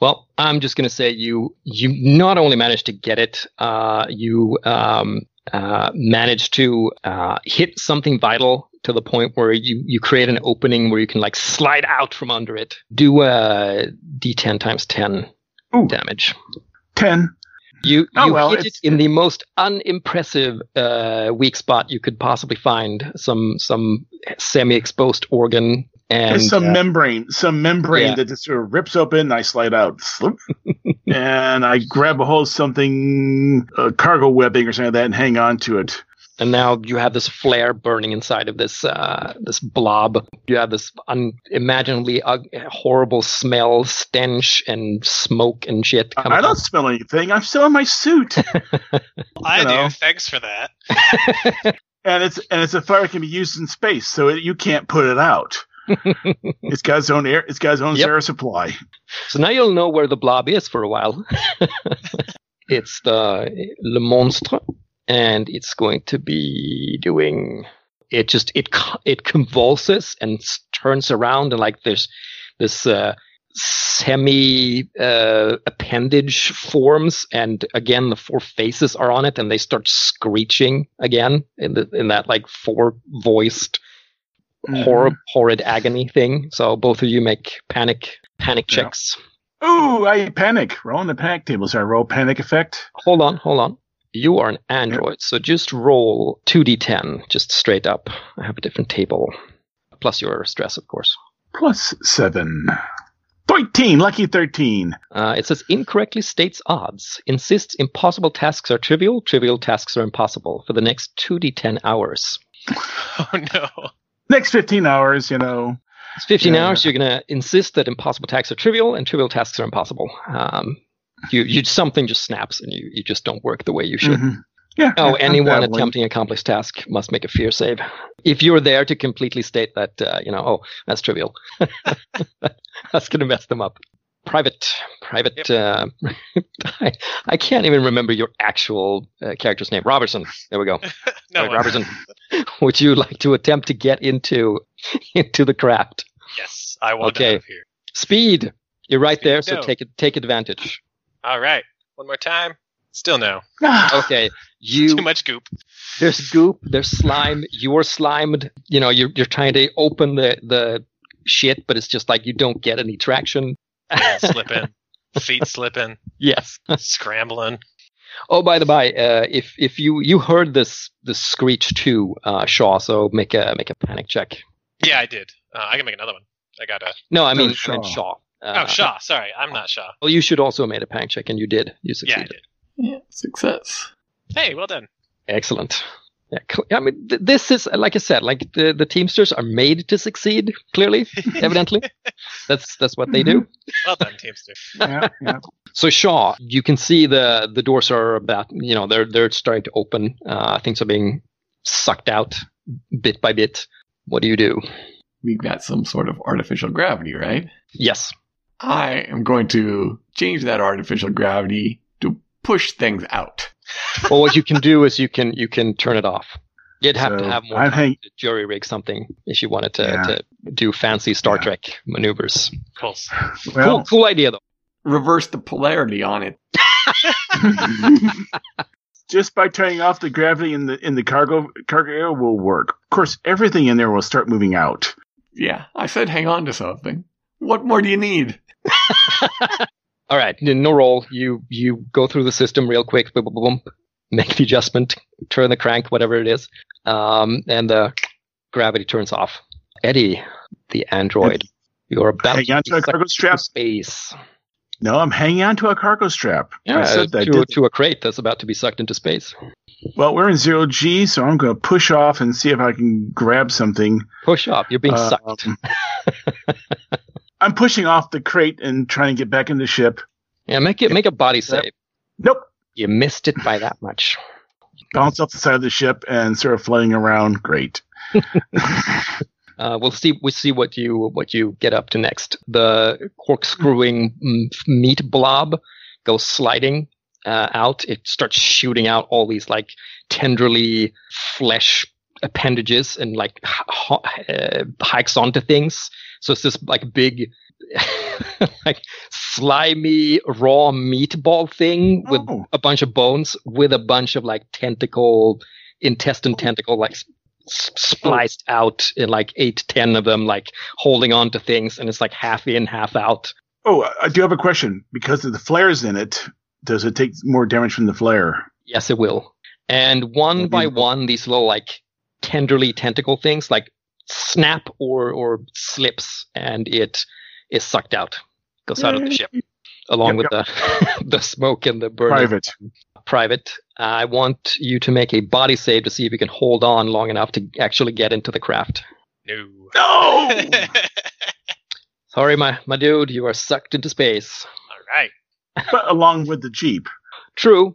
B: Well, I'm just going to say you you not only managed to get it, uh, you um, uh, managed to uh, hit something vital to the point where you you create an opening where you can like slide out from under it. Do uh, d10 times 10
A: Ooh.
B: damage.
A: 10.
B: You,
A: Oh,
B: you
A: well,
B: hit it
A: it's-
B: in the most unimpressive uh, weak spot you could possibly find. Some some semi-exposed organ, and uh,
A: It's some
G: Yeah.
A: membrane, some membrane
B: Yeah.
A: that just sort of rips open. And I slide out, Sloop. and I grab a hold of something, uh, cargo webbing or something like that, and hang on to it.
B: and now you have this flare burning inside of this uh, this blob. You have this unimaginably ug- horrible smell, stench, and smoke and shit.
A: I don't smell anything. I'm still in my suot,
E: I
A: You know.
E: do. Thanks for that.
A: and it's and it's a fire that can be used in space, so it, you can't put it out. it's got its own air. It's got its own
B: Yep.
A: air supply.
B: So now you'll know where the blob is for a while. it's the Le Monstre, and it's going to be doing. It just it co- it convulses and s- turns around and like there's this uh, semi uh, appendage forms and again the four faces are on it and they start screeching again in the, in that like four voiced
A: Mm-hmm.
B: horrid horrid agony thing. So both of you make panic panic
A: Yeah.
B: checks.
A: Ooh, I panic. Roll on the panic table. So I roll panic effect.
B: hold on, hold on. You are an android, so just roll 2d10, just straight up. I have a different table. Plus your stress, of course.
A: Plus seven. 13, lucky 13.
B: Uh, it says incorrectly states odds, insists impossible tasks are trivial, trivial tasks are impossible for the next 2d10 hours.
E: Oh no.
A: Next 15 hours, you know.
B: It's 15
A: Yeah.
B: hours, you're going to insist that impossible tasks are trivial and trivial tasks are impossible. Um, you, you Something just snaps and you, you just don't work the way you should.
A: Mhm. Yeah. I'm
B: Oh, anyone
A: babbling.
B: attempting a complex task must make a fear save. If you're there to completely state that, uh, you know, oh, that's trivial, that's going to mess them up. Private, private. Uh, I, I can't even remember your actual uh, character's name. Robertson. There we go.
E: No.
B: Right,
E: one-
B: Robertson. Would you like to attempt to get into into the craft?
E: Yes, I want
B: Okay.
E: out of here.
B: Speed. You're right there, so
E: No.
B: take it. Take advantage.
E: All right. One more time. Still no.
B: Okay, you.
E: Too much goop.
B: there's goop, there's slime, you're slimed, you know, you're you're trying to open the the shit, but it's just like you don't get any traction.
E: Hands slipping. Feet slipping.
B: yes.
E: Scrambling.
B: Oh, by the by, uh, if if you you heard this this screech too, uh, Shaw, so make a make a panic check.
E: Yeah, I did. Uh, I can make another one. I got a.
B: No, I
A: No,
B: mean I meant
A: Shaw.
B: Shaw. Uh,
E: Oh, Shaw. Sorry, I'm not Shaw.
B: Well, you should also have made a panic check, and you did. You
E: Yeah, I
B: succeeded.
E: did.
F: Yeah, success.
E: Hey, well done.
B: Excellent. Yeah, cl- I mean, th- this is like I said, like the, the Teamsters are made to succeed. Clearly, evidently, that's that's what they do.
E: Well done, Teamster.
A: Yeah, yeah.
B: So Shaw, you can see the the doors are about you know they're they're starting to open. Uh, things are being sucked out bit by bit. What do you do?
F: We got some sort of artificial gravity, right?
B: Yes.
F: I am going to change that artificial gravity to push things out.
B: Well, what you can do is you can you can turn it off. You'd have to
A: So,
B: have more
A: I'm
B: time
A: hang-
B: to jury rig something if you wanted to,
A: Yeah.
B: to do fancy Star
A: Yeah.
B: Trek maneuvers.
E: Cool.
A: Well,
B: cool, cool idea though.
F: Reverse the polarity on it.
A: just by turning off the gravity in the in the cargo cargo area will work. Of course, everything in there will start moving out.
F: Yeah, I said hang on to something. What more do you need?
B: All right, no roll. You you go through the system real quick. Boom, boom, boom, boom. Make the adjustment. Turn the crank, whatever it is, um, and the gravity turns off. Eddie, the android, you're about
A: Hang on to
B: be
A: a cargo
B: sucked
A: strap.
B: into space.
A: No, I'm hanging on to a cargo strap. I
B: Yeah,
A: said that.
B: Uh, to,
A: didn't
B: to a crate that's about to be sucked into space.
A: I? Well, we're in zero G, so I'm going to push off and see if I can grab something.
B: Push up. You're being
A: Um,
B: sucked.
A: I'm pushing off the crate and trying to get back in the ship.
B: Yeah, make it make a body save.
A: Nope.
B: You missed it by that much.
A: Bounce off the side of the ship and sort of floating around. Great.
B: Uh, we'll see. We'll see what you what you get up to next. The corkscrewing mm, meat blob goes sliding uh, out. It starts shooting out all these like tenderly flesh appendages and like h- h- uh, hikes onto things. So it's this like big, like slimy raw meatball thing with
A: Oh.
B: a bunch of bones with a bunch of like tentacle,
A: Oh.
B: intestine tentacle like s- s- spliced out in like eight, ten of them, like holding on to things, and it's like half in, half out.
A: Oh, I- I do have a question. Because of the flares in it, does it take more damage from the flare?
B: Yes, it will. And one
A: Okay.
B: by one, these little like tenderly tentacle things like snap or or slips, and it is sucked out, goes out of the ship
A: Yep,
B: along with the the smoke and the burning.
A: Private.
B: Private, I want you to make a body save to see if you can hold on long enough to actually get into the craft.
E: No.
A: No.
E: All
B: Sorry, my my dude, you are sucked into space.
E: right.
A: but along with the jeep,
B: True,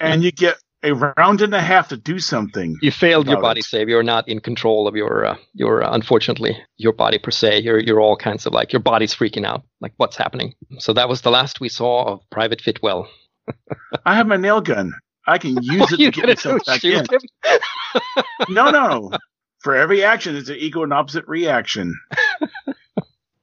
A: and you get a round and a half to do something.
B: you failed your
A: Got
B: body
A: it.
B: save. You're not in control of your uh, your uh, unfortunately your body per se. You're you're all kinds of like your body's freaking out. Like what's happening? So that was the last we saw of Private Fitwell.
A: I have my nail gun. I can use
B: What
A: it
B: are you
A: to get
B: gonna do?
A: myself back in.
B: Shoot him?
A: No, no. For every action, it's an equal and opposite reaction.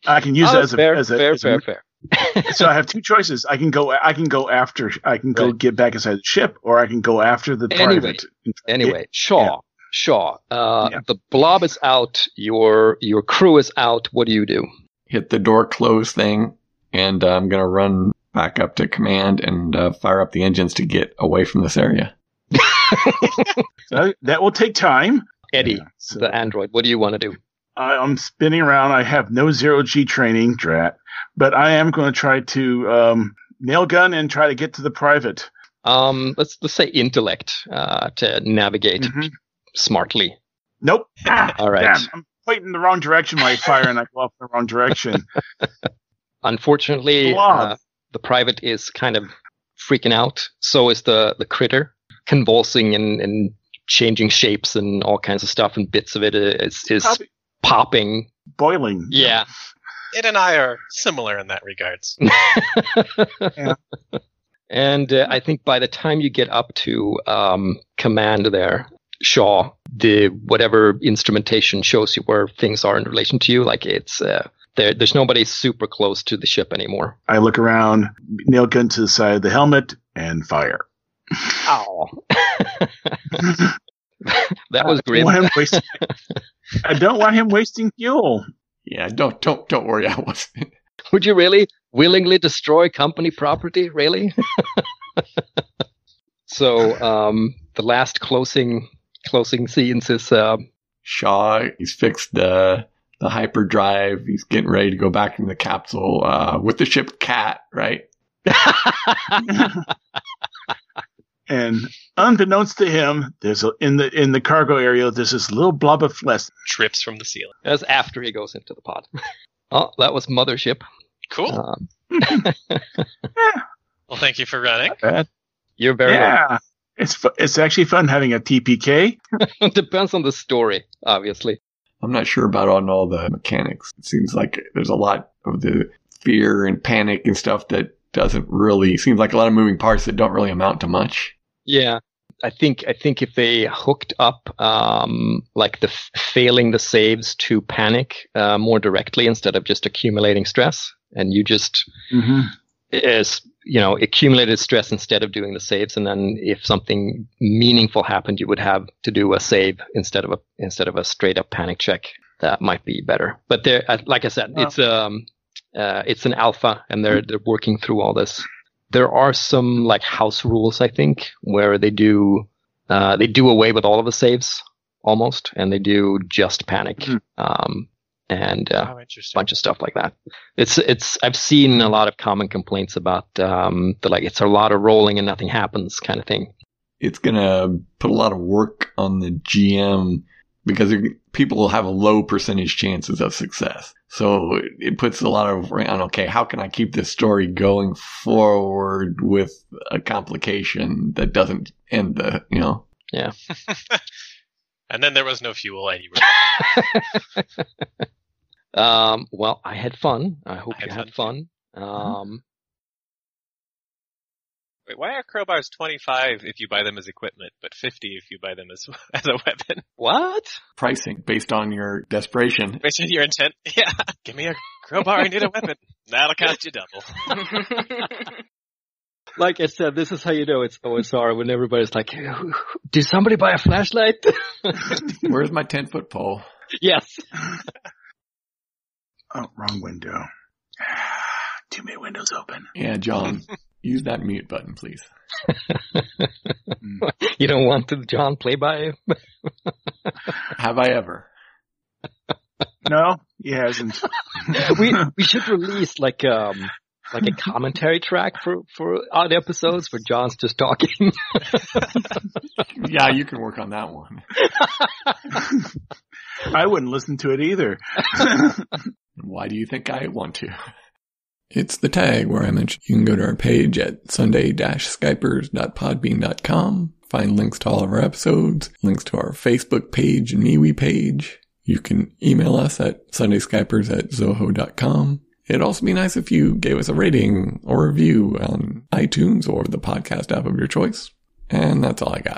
A: I can use
B: Oh,
A: it as a,
B: fair,
A: as a,
B: fair,
A: as a-
B: fair, fair.
A: so I have two choices. I can go. I can go after. I can go
B: Right.
A: get back inside the ship, or I can go after the
B: Anyway.
A: private.
B: Anyway, Shaw, Shaw. Uh,
A: Yeah.
B: The blob is out. Your your crew is out. What do you do?
F: hit the door close thing, and uh, I'm going to run back up to command and uh, fire up the engines to get away from this area.
A: So that will take time.
B: Eddie,
A: Yeah, so
B: the android. What do you want to do?
A: I, I'm spinning around. I have no zero G training, drat. But I am going to try to um, nail gun and try to get to the private.
B: Um, let's let's say intellect uh, to navigate
A: Mhm.
B: smartly.
A: Nope. Ah,
B: All right.
A: damn, I'm pointing the wrong direction when I fire, and I go off the wrong direction.
B: Unfortunately,
A: Blob.
B: uh, the private is kind of freaking out. So is the, the critter, convulsing and, and changing shapes and all kinds of stuff, and bits of it uh, is, is
A: Probably
B: popping.
A: boiling.
B: Yeah.
E: It and I are similar in that regards.
B: And uh, I think by the time you get up to um, command there, Shaw, the whatever instrumentation shows you where things are in relation to you. Like it's uh, there. There's nobody super close to the ship anymore.
A: I look around, nail gun to the side of the helmet, and fire.
B: Oh, that was
A: I don't
B: grim.
A: want him wasting- I don't want him wasting fuel.
F: Yeah, don't don't don't worry, I wasn't.
B: Would you really willingly destroy company property? Really? so um, the last closing closing scenes is uh,
F: Shaw, he's fixed the the hyperdrive. He's getting ready to go back in the capsule uh, with the ship Cat, right?
A: And unbeknownst to him, there's a, in the in the cargo area. There's this little blob of flesh.
E: Drips from the ceiling.
B: that's after he goes into the pod. Oh, that was mothership.
E: Cool.
B: Uh,
E: well, thank you for running.
B: you're very
A: yeah, it's fu- it's actually fun having a TPK.
B: depends on the story, obviously.
F: I'm not sure about on all the mechanics. It seems like there's a lot of the fear and panic and stuff that doesn't really seems like a lot of moving parts that don't really amount to much.
B: Yeah. I think I think if they hooked up um, like the f- failing the saves to panic uh, more directly instead of just accumulating stress, and you just
A: Mm-hmm.
B: is you know accumulated stress instead of doing the saves and then if something meaningful happened you would have to do a save instead of a instead of a straight up panic check that might be better but there I- like i said
A: Wow.
B: it's um uh, it's an alpha and they're they're working through all this there are some like house rules i think where they do uh, they do away with all of the saves almost and they do just panic
A: Mhm.
B: um and uh,
E: Oh, interesting.
B: bunch of stuff like that. It's it's I've seen a lot of common complaints about um, the like it's a lot of rolling and nothing happens kind of thing.
F: it's going to put a lot of work on the GM because they're- people will have a low percentage chances of success. So it- it puts a lot of on, okay, how can I keep this story going forward with a complication that doesn't end the, you know,
E: and then there was no fuel anywhere.
B: Um, well, I had fun. I hope
E: I had
B: you had fun. Um,
E: Wait, why are crowbars 25 if you buy them as equipment, but 50 if you buy them as, as a weapon?
B: what?
F: pricing based on your desperation.
E: Based on your intent? Yeah. Give me a crowbar, I need a weapon. That'll cost you double.
B: Like I said, this is how you know it's OSR when everybody's like, "Did somebody buy a flashlight?"
F: Where's my 10 foot pole?
B: yes.
A: Oh, wrong window. Too many windows open.
F: Yeah, John. Use that mute button, please.
B: You don't want the John play by?
F: Have I ever?
A: No, he hasn't.
B: we we should release like um like a commentary track for for odd episodes where John's just talking.
F: Yeah, you can work on that one.
A: I wouldn't listen to it either.
F: Why do you think I want to? It's the tag where I mentioned you can go to our page at sunday-skypers.podbean.com, find links to all of our episodes, links to our Facebook page and MeWe page. You can email us at sundayskypers at zoho.com. It'd also be nice if you gave us a rating or review on iTunes or the podcast app of your choice. And that's all I got.